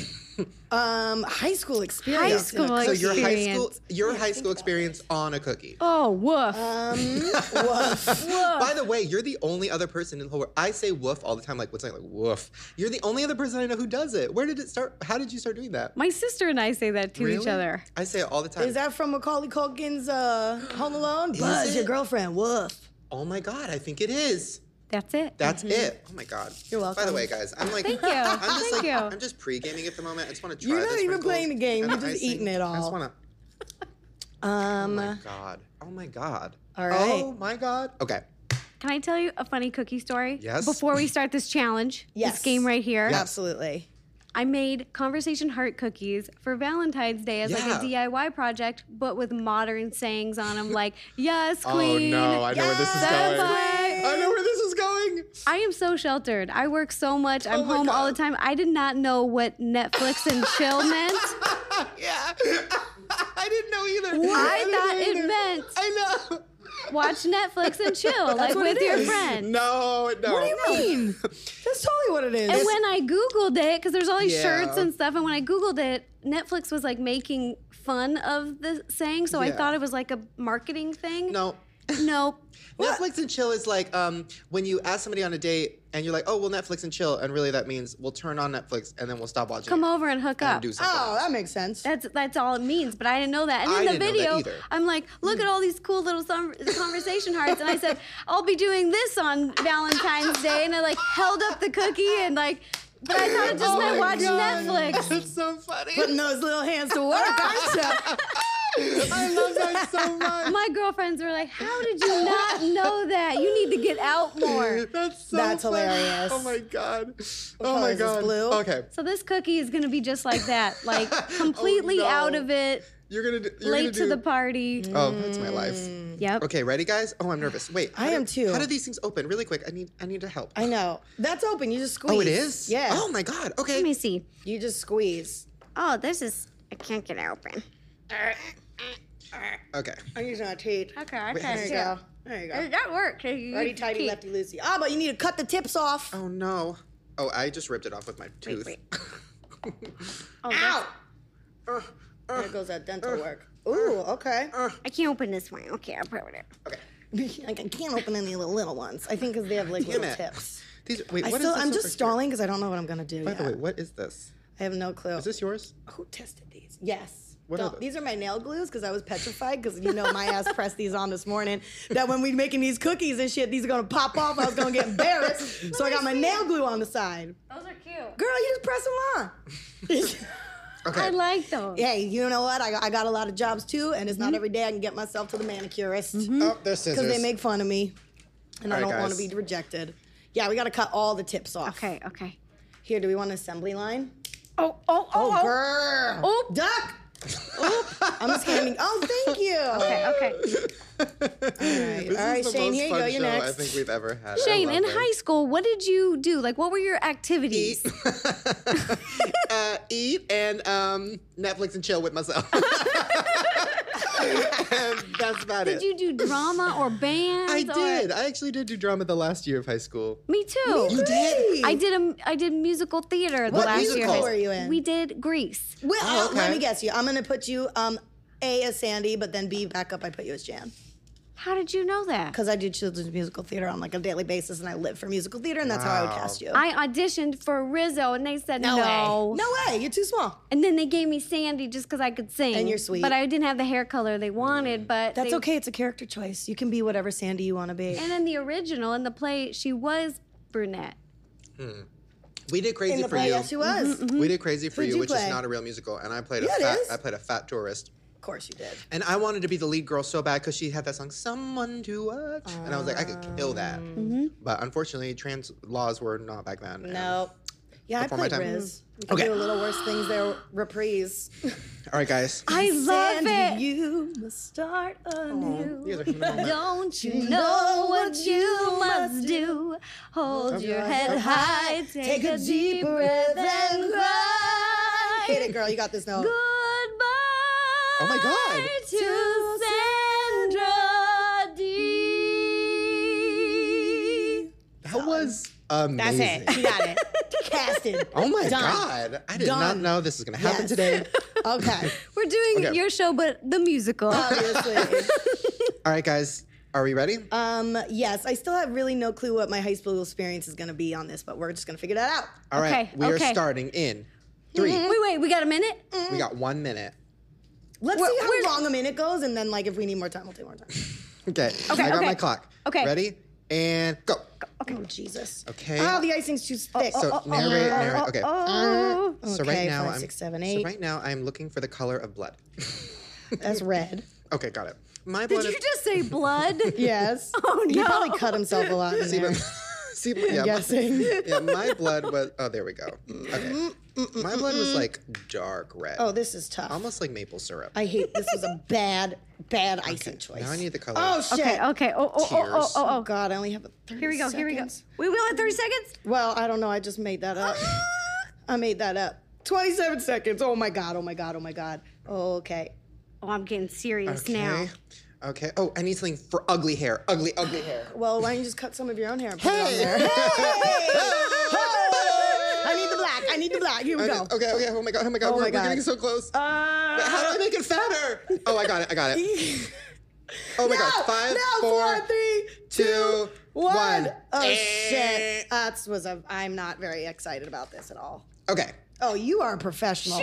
S2: um, high school experience.
S4: High
S2: in a
S4: school
S2: cookie.
S1: So
S4: experience.
S1: your high school your high school experience on a cookie.
S4: Oh, woof.
S2: Uh, Woof.
S1: By the way, you're the only other person in the whole world. I say woof all the time, like what's like, like woof. You're the only other person I know who does it. Where did it start? How did you start doing that?
S4: My sister and I say that to each
S1: Really?
S4: other.
S1: I say it all the time.
S2: Is that from Macaulay Culkin's uh, Home Alone? Buzz,
S1: it?
S2: your girlfriend. Woof.
S1: oh my god, I think it is.
S4: That's it.
S1: That's it. Oh my god. You're
S2: Mm-hmm. welcome.
S1: By the way, guys, I'm like,
S4: Thank you.
S1: I'm just
S4: Thank
S1: like,
S4: you.
S1: I'm just pre-gaming at the moment. I just want to try.
S2: You're not
S1: the
S2: even
S1: sprinkles
S2: playing the game.
S1: and
S2: You're
S1: the
S2: just
S1: icing.
S2: eating it
S1: I just
S2: all.
S1: want to.
S2: Um,
S1: Oh my god. Oh my god.
S2: All right.
S1: Oh my god. Okay.
S4: Can I tell you a funny cookie story?
S1: Yes.
S4: Before we start this challenge,
S2: Yes.
S4: this game right here.
S2: absolutely.
S4: I made conversation heart cookies for Valentine's Day as like a
S1: Yeah.
S4: DIY project, but with modern sayings on them, like "Yes,
S1: Oh
S4: Queen."
S1: no, I know where this is
S4: That's
S1: going.
S4: why
S1: I know where this is going.
S4: I am so sheltered. I work so much. I'm
S1: Oh my
S4: home all the
S1: God.
S4: time. I did not know what Netflix and chill meant.
S1: yeah, I didn't know either.
S4: I
S1: didn't
S4: thought
S1: know
S4: it
S1: either.
S4: meant
S1: I know.
S4: watch Netflix and chill, like
S2: what
S4: with
S2: it
S4: your
S2: is.
S4: friend.
S1: No, no.
S2: What do you mean? That's totally what it is.
S4: And when I Googled it, because there's all these
S1: Yeah.
S4: shirts and stuff, and when I Googled it, Netflix was like making fun of the saying, so I
S1: Yeah.
S4: thought it was like a marketing thing.
S1: No.
S4: Nope.
S1: Netflix and chill is like um, when you ask somebody on a date and you're like, oh, well, Netflix and chill. And really, that means we'll turn on Netflix and then we'll stop watching.
S4: Come
S1: it
S4: over and hook
S1: and
S4: up.
S1: do something.
S2: oh, that makes sense.
S4: That's that's all it means, but I didn't know that. And
S1: I
S4: in the
S1: didn't know that
S4: video,
S1: either.
S4: I'm like, look at all these cool little sum- conversation hearts, and I said, I'll be doing this on Valentine's Day, and I like held up the cookie and like, but I thought it just
S1: Oh my
S4: meant watch
S1: God.
S4: Netflix.
S1: That's so funny.
S2: Putting those little hands to work, aren't ya?
S1: I love that so much.
S4: My girlfriends were like, how did you not know that? You need to get out more.
S1: That's so
S2: That's
S1: funny.
S2: hilarious.
S1: Oh my god. oh
S2: color
S1: my
S2: is this,
S1: god.
S2: blue?
S1: Okay.
S4: So this cookie is gonna be just like that, like completely
S1: Oh, no.
S4: out of it,
S1: You're gonna do, you're
S4: late
S1: gonna
S4: to the
S1: do- Mm.
S4: party.
S1: Oh, that's my life.
S4: Yep.
S1: Okay, ready guys? Oh, I'm nervous. Wait. how
S2: I
S1: do-
S2: am too.
S1: How do these things open? Really quick. I need I need to help.
S2: I know. That's open. You just squeeze.
S1: oh, it is?
S2: Yeah.
S1: Oh my god. Okay.
S4: Let me see.
S2: You just squeeze.
S4: Oh, this is. I can't get it open.
S1: Okay.
S2: I'm using my teeth.
S4: Okay, I
S1: Wait, how
S4: tried
S1: does
S4: it.
S1: it
S2: There you go. There you go.
S4: That worked.
S2: Righty tighty, lefty loosey. Ah, but you need to cut the tips off.
S1: Oh no. Oh, I just ripped it off with my tooth.
S4: wait.
S2: Ow!
S1: Uh, uh,
S2: Oh, There goes that dental work. Ooh, okay.
S4: I can't open this one. Okay, I'll put it.
S1: okay.
S2: like I can't open any of the little ones. I think because they have like
S1: Damn
S2: little
S1: it.
S2: tips.
S1: These wait,
S2: I
S1: what is
S2: still,
S1: this
S2: I'm
S1: over
S2: just
S1: here?
S2: stalling because I don't know what I'm gonna do.
S1: By
S2: yet.
S1: the way, what is this?
S2: I have no clue.
S1: Is this yours?
S2: Who tested these? Yes.
S1: What
S2: Don't-
S1: are those?
S2: these are my nail glues because I was petrified because you know my ass pressed these on this morning. That when we making these cookies and shit, these are gonna pop off. I was gonna get embarrassed, so I got my nail glue on the side.
S4: Those are cute.
S2: Girl, you just press them on.
S1: Okay.
S4: I like those.
S2: hey, you know what? I got, I got a lot of jobs too, and it's
S1: Mm-hmm.
S2: not every day I can get myself to the manicurist because
S1: oh, there's scissors.
S2: they make fun of me, and I
S1: All right,
S2: don't want to
S1: guys.
S2: be rejected. Yeah, we got to cut all the tips off.
S4: Okay, okay.
S2: Here, do we want an assembly line?
S4: Oh, oh,
S2: Oh,
S4: oh, oh.
S2: girl.
S4: Oh.
S2: duck. I'm just handing. Oh, thank you.
S4: Okay, okay.
S1: This is
S2: All right,
S1: the
S2: Shane,
S1: most
S2: here you
S1: fun
S2: go. You're
S1: show
S2: next.
S1: I think we've ever had. I
S4: Shane,
S1: love
S4: in
S1: this.
S4: high school, what did you do? Like, what were your activities?
S1: uh, eat and um, Netflix and chill with myself. and that's about
S4: Did
S1: it.
S4: you do drama or bands?
S1: I
S4: or-
S1: did. I actually did do drama the last year of high school.
S4: Me too.
S1: You did?
S4: I did a I did musical theater the
S1: What
S4: last year.
S1: musical
S2: were you in?
S4: We did Grease.
S2: Well,
S1: Oh,
S2: uh, let
S1: okay.
S2: me guess you. I'm gonna put you um A as Sandy, but then B back up. I put you as Jan
S4: How did you know that?
S2: because I do children's musical theater on like a daily basis, and I live for musical theater, and that's how I would
S1: Wow.
S2: cast you.
S4: I auditioned for Rizzo and they said no.
S2: No way. You're too small.
S4: And then they gave me Sandy just because I could sing.
S2: And you're sweet.
S4: But I didn't have the hair color they wanted. But
S2: That's
S4: they-
S2: okay. It's a character choice. You can be whatever Sandy you want to be.
S4: And in the original, in the play, she was brunette.
S1: We did Crazy
S2: In the
S1: for
S2: play,
S1: You.
S2: yes, she was.
S1: We did Crazy for
S2: Who'd
S1: You,
S2: you
S1: which
S2: play?
S1: is not a real musical, and I played
S2: Yeah,
S1: a
S2: it
S1: fat.
S2: is.
S1: I played a fat tourist,
S2: Of course you did.
S1: and I wanted to be the lead girl so bad because she had that song "Someone to Watch," and I was like, I could kill that. But unfortunately, trans laws were not back then. and-
S2: Mm-hmm. No. Yeah,
S1: Before
S2: I
S1: my
S2: played
S1: time.
S2: Riz. You could
S1: Okay.
S2: Do a little worse things there. Reprise.
S1: All right, guys.
S4: I love
S2: Sandy,
S4: it.
S2: You must start anew.
S1: You guys are having a moment.
S4: Don't you know what you must do? Hold your head high, take a deep breath and
S2: Hit
S4: cry.
S2: it, girl. You got this note.
S4: Goodbye.
S1: Oh my God.
S4: To Sandra D.
S1: That was amazing.
S2: You got it. Casted.
S1: Oh my
S2: Done.
S1: god! I did not
S2: Done.
S1: know this was gonna happen
S2: Yes.
S1: today.
S2: Okay. Oh,
S4: We're doing
S1: Okay.
S4: your show, but the musical.
S2: Obviously.
S1: All right, guys, are we ready?
S2: Um, yes, I still have really no clue what my high school experience is going to be on this, but we're just going to figure that out.
S1: All right,
S4: okay,
S1: we
S4: okay.
S1: are starting in 3
S4: Wait, wait, we got a minute?
S1: We got one minute.
S2: Let's
S4: We're-
S2: see
S4: we're-
S2: how long a minute goes, and then like if we need more time, we'll take more time.
S1: Okay.
S4: Okay,
S1: I got
S4: okay.
S1: my clock.
S4: Okay.
S1: Ready and go.
S2: Okay. Oh Jesus.
S1: Okay.
S2: Oh, the oh, icing's too thick.
S1: So narrate, narrate. Okay.
S4: Oh.
S1: So
S2: Okay,
S1: right now
S2: five,
S1: I'm
S2: six, seven,
S1: So
S2: eight.
S1: right now I'm looking for the color of blood.
S2: That's red.
S1: okay, got it. My blood.
S4: Did you
S1: is-
S4: just say blood?
S2: Yes.
S4: Oh,
S2: He
S4: no.
S2: probably cut himself a lot in
S1: See,
S2: there.
S1: but- See, yeah,
S2: guessing.
S1: My, yeah, my blood was. Oh, there we go.
S2: Mm,
S1: Okay, my blood was like dark red,
S2: Oh, this is tough.
S1: almost like maple syrup.
S2: I hate this was a bad, bad icing choice.
S1: Now I need the color.
S2: oh shit.
S4: Okay, okay. Oh, oh, oh, oh,
S1: Tears.
S4: oh,
S2: Oh
S4: oh.
S2: god, I only have 30
S4: Here we go, here we go.
S2: seconds.
S4: We will at 30 seconds.
S2: Well, I don't know. I just made that up. I made that up. 27 seconds. Oh my god. Oh my god. Oh my god. Oh, okay.
S4: Oh, I'm getting serious
S1: okay.
S4: now.
S1: Okay. Oh, I need something for ugly hair. Ugly, ugly hair.
S2: Well, why don't you just cut some of your own hair and put it on there? Hey! I need the black. I need the black. Here we go.
S1: Okay, okay. Oh my god. Oh my god.
S2: Oh
S1: we're,
S2: my
S1: we're
S2: God. Uh,
S1: getting so close. Wait, how do I make it fatter? Oh, I got it. I got it. Oh my god. Five,
S2: no,
S1: four,
S2: four, three,
S1: two,
S2: one.
S1: one.
S2: Oh
S1: Eh.
S2: shit. That was a I'm not very excited about this at all.
S1: Okay.
S2: Oh, you are a professional.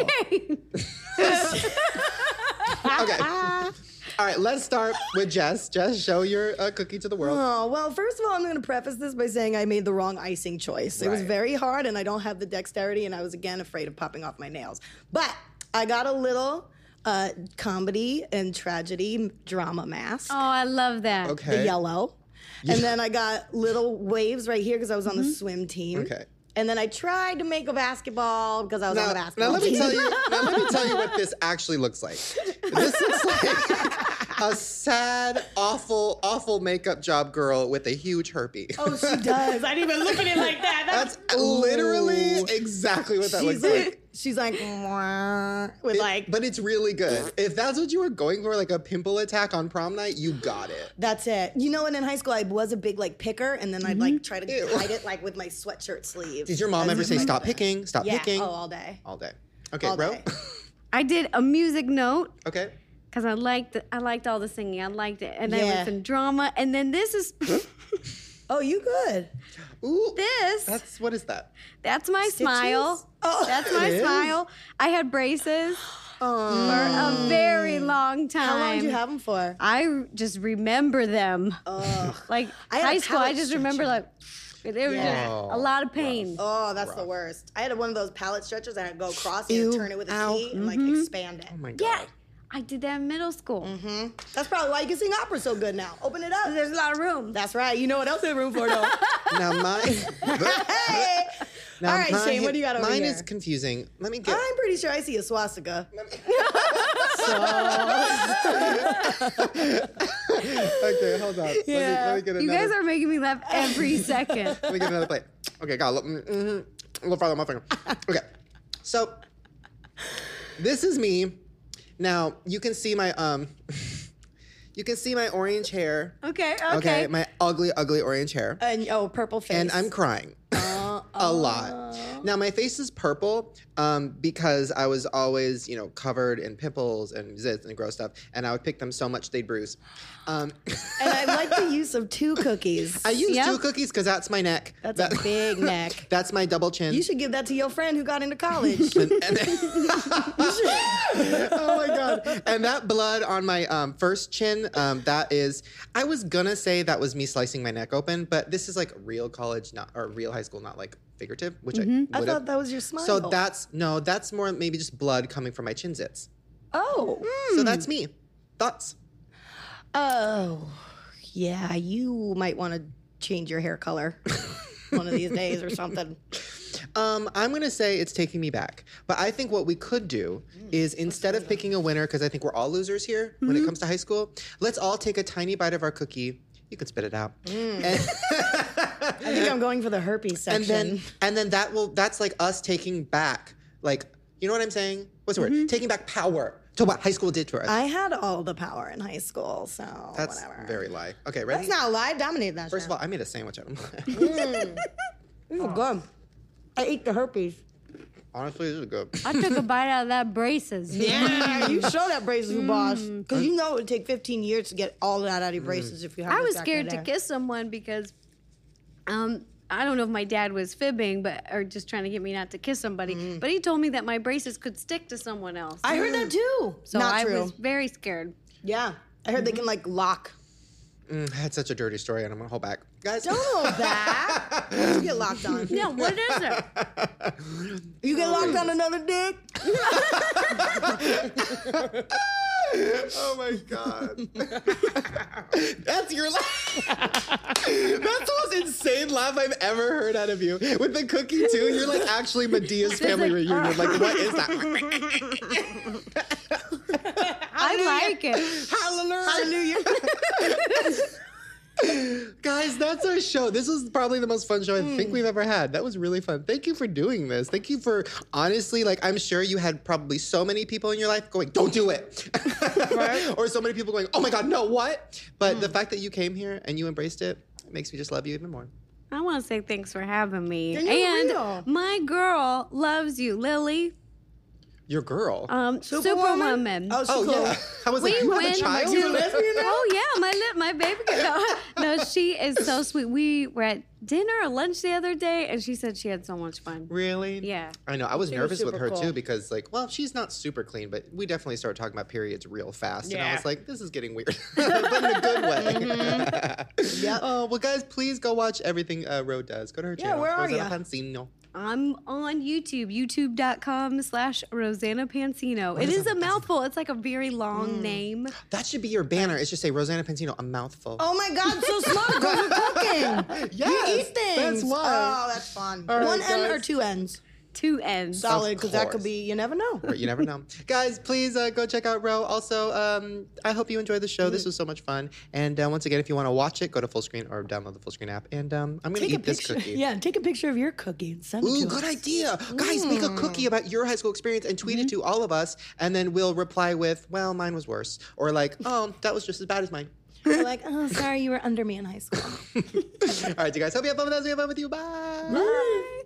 S2: Ah,
S1: Okay. All right. Let's start with Jess. Jess, show your uh, cookie to the world.
S2: Oh, well, first of all, I'm going to preface this by saying I made the wrong icing choice. It was
S1: Right.
S2: very hard, and I don't have the dexterity, and I was again afraid of popping off my nails. But I got a little uh, comedy and tragedy drama mask,
S4: Oh, I love that.
S1: Okay.
S2: the yellow. And then I got little waves right here because I was on the swim team.
S1: Mm-hmm. Okay.
S2: And then I tried to make a basketball because I was on
S1: Now,
S2: the
S1: now
S2: basketball
S1: let me
S2: team.
S1: tell you. Now let me tell you what this actually looks like. This looks like a sad, awful, awful makeup job girl with a huge herpes.
S2: oh, she does. I didn't even look at it like that.
S1: That's literally exactly what that
S2: she's
S1: looks like.
S2: like, she's like, "Mwah," with
S1: It-
S2: like,
S1: but it's really good. If that's what you were going for, like a pimple attack on prom night, you got it.
S2: That's it. You know, and in high school, I was a big like picker, and then I'd like try to
S1: Ew.
S2: hide it like with my sweatshirt sleeve.
S1: Did your mom
S2: As
S1: ever
S2: if,
S1: say
S2: like,
S1: stop picking, stop
S2: Yeah.
S1: picking?
S2: Oh, all day.
S1: All day. Okay,
S2: All
S1: bro.
S2: day.
S4: I did a music note
S1: okay.
S4: because I liked I liked all the singing. I liked it, and then
S2: Yeah.
S4: with some drama, and then this is
S2: Oh, you good?
S1: Ooh.
S4: this. That's,
S1: That's what is that?
S4: my
S2: Stitches?
S4: smile.
S2: Oh.
S4: That's my
S1: It is?
S4: smile. I had braces
S2: Oh. Mm.
S4: for a very long time.
S2: How long did you have them for?
S4: I just remember them.
S2: Oh,
S4: Like
S2: I had a
S4: high school, I
S2: palate
S4: just remember like there was
S2: Yeah.
S4: just
S1: Oh,
S4: a lot of pain.
S2: oh, that's the worst. I had one of those pallet stretchers. I had to go across and
S1: Ew.
S2: turn it with a T
S1: Ow.
S2: and like expand it.
S1: Oh my
S4: Yeah,
S1: god.
S4: I did that in middle school.
S2: Mm-hmm. That's probably why you can sing opera so good now. Open it up.
S4: There's a lot of room.
S2: That's right. You know what else there's room for though.
S1: Now mine.
S2: hey.
S1: now
S2: all right,
S1: mine-
S2: Shane. What do you got over
S1: Mine
S2: here?
S1: is confusing. Let me get.
S2: I'm pretty sure I see a swastika.
S1: okay, hold on. Let me- Let, me, get another.
S4: You guys are making me laugh every second.
S1: Let me get another plate. Okay, God, look, mm, mm, a little farther on my finger. Okay, so this is me. Now you can see my um, you can see my orange hair.
S4: Okay, okay.
S1: my ugly, ugly orange hair,
S2: And oh, purple face.
S1: and I'm crying. a lot. Now my face is purple um, because I was always, you know, covered in pimples and zits and gross stuff, and I would pick them so much they'd bruise. Um,
S2: And I like the use of two cookies.
S1: I use
S4: Yeah.
S1: two cookies because that's my neck.
S2: That's
S1: That-
S2: a big neck.
S1: That's my double chin.
S2: You should give that to your friend who got into college.
S1: and, and- oh my god! And that blood on my um, first chin—that um, that is I was gonna say that was me slicing my neck open, but this is like real college, not or real high school, not like figurative, which I
S2: Mm-hmm. I
S1: would
S2: thought
S1: have.
S2: that was your smile.
S1: So that's no, that's more maybe just blood coming from my chin zits. Mm.
S2: oh
S1: So that's me. Thoughts?
S2: oh yeah. You might want to change your hair color one of these days or something.
S1: Um, I'm gonna say it's taking me back, but I think what we could do
S2: Mm,
S1: is instead of picking a winner, because I think we're all losers here when
S2: Mm-hmm.
S1: it comes to high school, let's all take a tiny bite of our cookie. You can spit it out,
S2: Mm. I think I'm going for the herpes section.
S1: and then and then that will that's like us taking back, like you know what I'm saying? What's the word? Taking back power to what high school did to us.
S2: Mm-hmm. I had all the power in high school, so
S1: that's
S2: whatever.
S1: very lie. Okay, ready?
S2: That's not Mm. a lie. I dominated that.
S1: First of
S2: shit.
S1: all, I made a sandwich out of mine.
S2: This is good. I ate the herpes.
S1: Honestly, this is good.
S4: I took a bite out of that braces.
S2: Yeah, you show that braces, you boss, because Mm, you know it would take 15 years to get all that
S1: Mm.
S2: out of your braces if you have.
S4: I was scared to kiss someone because um I don't know if my dad was fibbing but or just trying to get me not to kiss somebody, but he told me that my braces could stick to someone else.
S2: Mm-hmm. I heard that too.
S4: Mm. so
S2: Not
S4: I
S2: true. Mm-hmm.
S4: was very scared.
S2: Yeah, I heard they can like lock.
S1: Mm, that's such a dirty story, and I'm gonna hold back, guys.
S2: Don't hold back. you get locked on.
S4: No, what is it?
S2: You get locked on another dick.
S1: oh my god. That's your laugh. That's the most insane laugh I've ever heard out of you. With the cookie too, you're like uh, actually Medea's family reunion. Like what is that?
S4: I like it.
S1: Hallelujah. Guys, that's our show. This was probably the most fun show I think we've ever had. That was really fun. Thank you for doing this. Thank you for honestly, like, I'm sure you had probably so many people in your life going, don't do it. or so many people going, oh my God, no, what? But the fact that you came here and you embraced it makes me just love you even more.
S4: I want to say thanks for having me.
S2: And you're
S4: And
S2: real.
S4: my girl loves you, Lily.
S1: Your girl.
S4: Um,
S2: Superwoman?
S4: Superwoman.
S2: Oh, she's
S1: oh,
S2: cool.
S1: yeah. I was like,
S4: We
S1: you have
S4: went-
S1: a child?
S4: You a
S2: lesbian now?
S4: Oh yeah, my lip, my baby girl. no, she is so sweet. We were at dinner or lunch the other day, and she said she had so much fun.
S1: Really?
S4: Yeah.
S1: I know. I was
S2: She was
S1: nervous with
S2: super
S1: her
S2: cool.
S1: too because, like, well, she's not super clean, but we definitely started talking about periods real fast, and I
S2: Yeah.
S1: was like, this is getting weird, but in a good way.
S2: Yep.
S1: Oh well, guys, please go watch everything uh, Ro does. Go to her
S2: Yeah,
S1: channel.
S2: where are
S1: Rosanna
S2: ya?
S1: Pansino.
S4: I'm on YouTube, youtube.com slash Rosanna Pansino. it
S1: is
S4: is
S1: a-
S4: a mouthful. It's like a very long name.
S1: That should be your banner. It should say Rosanna Pansino, a mouthful.
S2: Oh my God, so smart because you're cooking.
S1: Yes,
S2: you eat things.
S1: that's why.
S2: Oh, that's fun.
S1: All right,
S2: One N or
S1: guys.
S2: two N's.
S4: Two N's.
S2: Solid, because that could
S1: course.
S2: be. You never know.
S1: But you never know. Guys, please uh, go check out Ro. Also, um, I hope you enjoyed the show.
S2: Mm.
S1: This was so much fun. And uh, once again, if you want to watch it, go to full screen or download the full screen app. And um, I'm going to
S2: Take a
S1: eat this
S2: picture.
S1: cookie.
S2: Yeah, take a picture of your cookie and send it
S1: Ooh,
S2: to
S1: good
S2: us.
S1: idea. Guys, make a cookie
S2: Mm.
S1: about your high school experience and tweet
S2: Mm-hmm.
S1: it to all of us, and then we'll reply with, well, mine was worse. Or like, oh, that was just as bad as mine.
S2: We're like, oh, sorry, you were under me in high school.
S1: all right, you guys, hope you have fun with us. We have fun with you. Bye.
S2: Bye.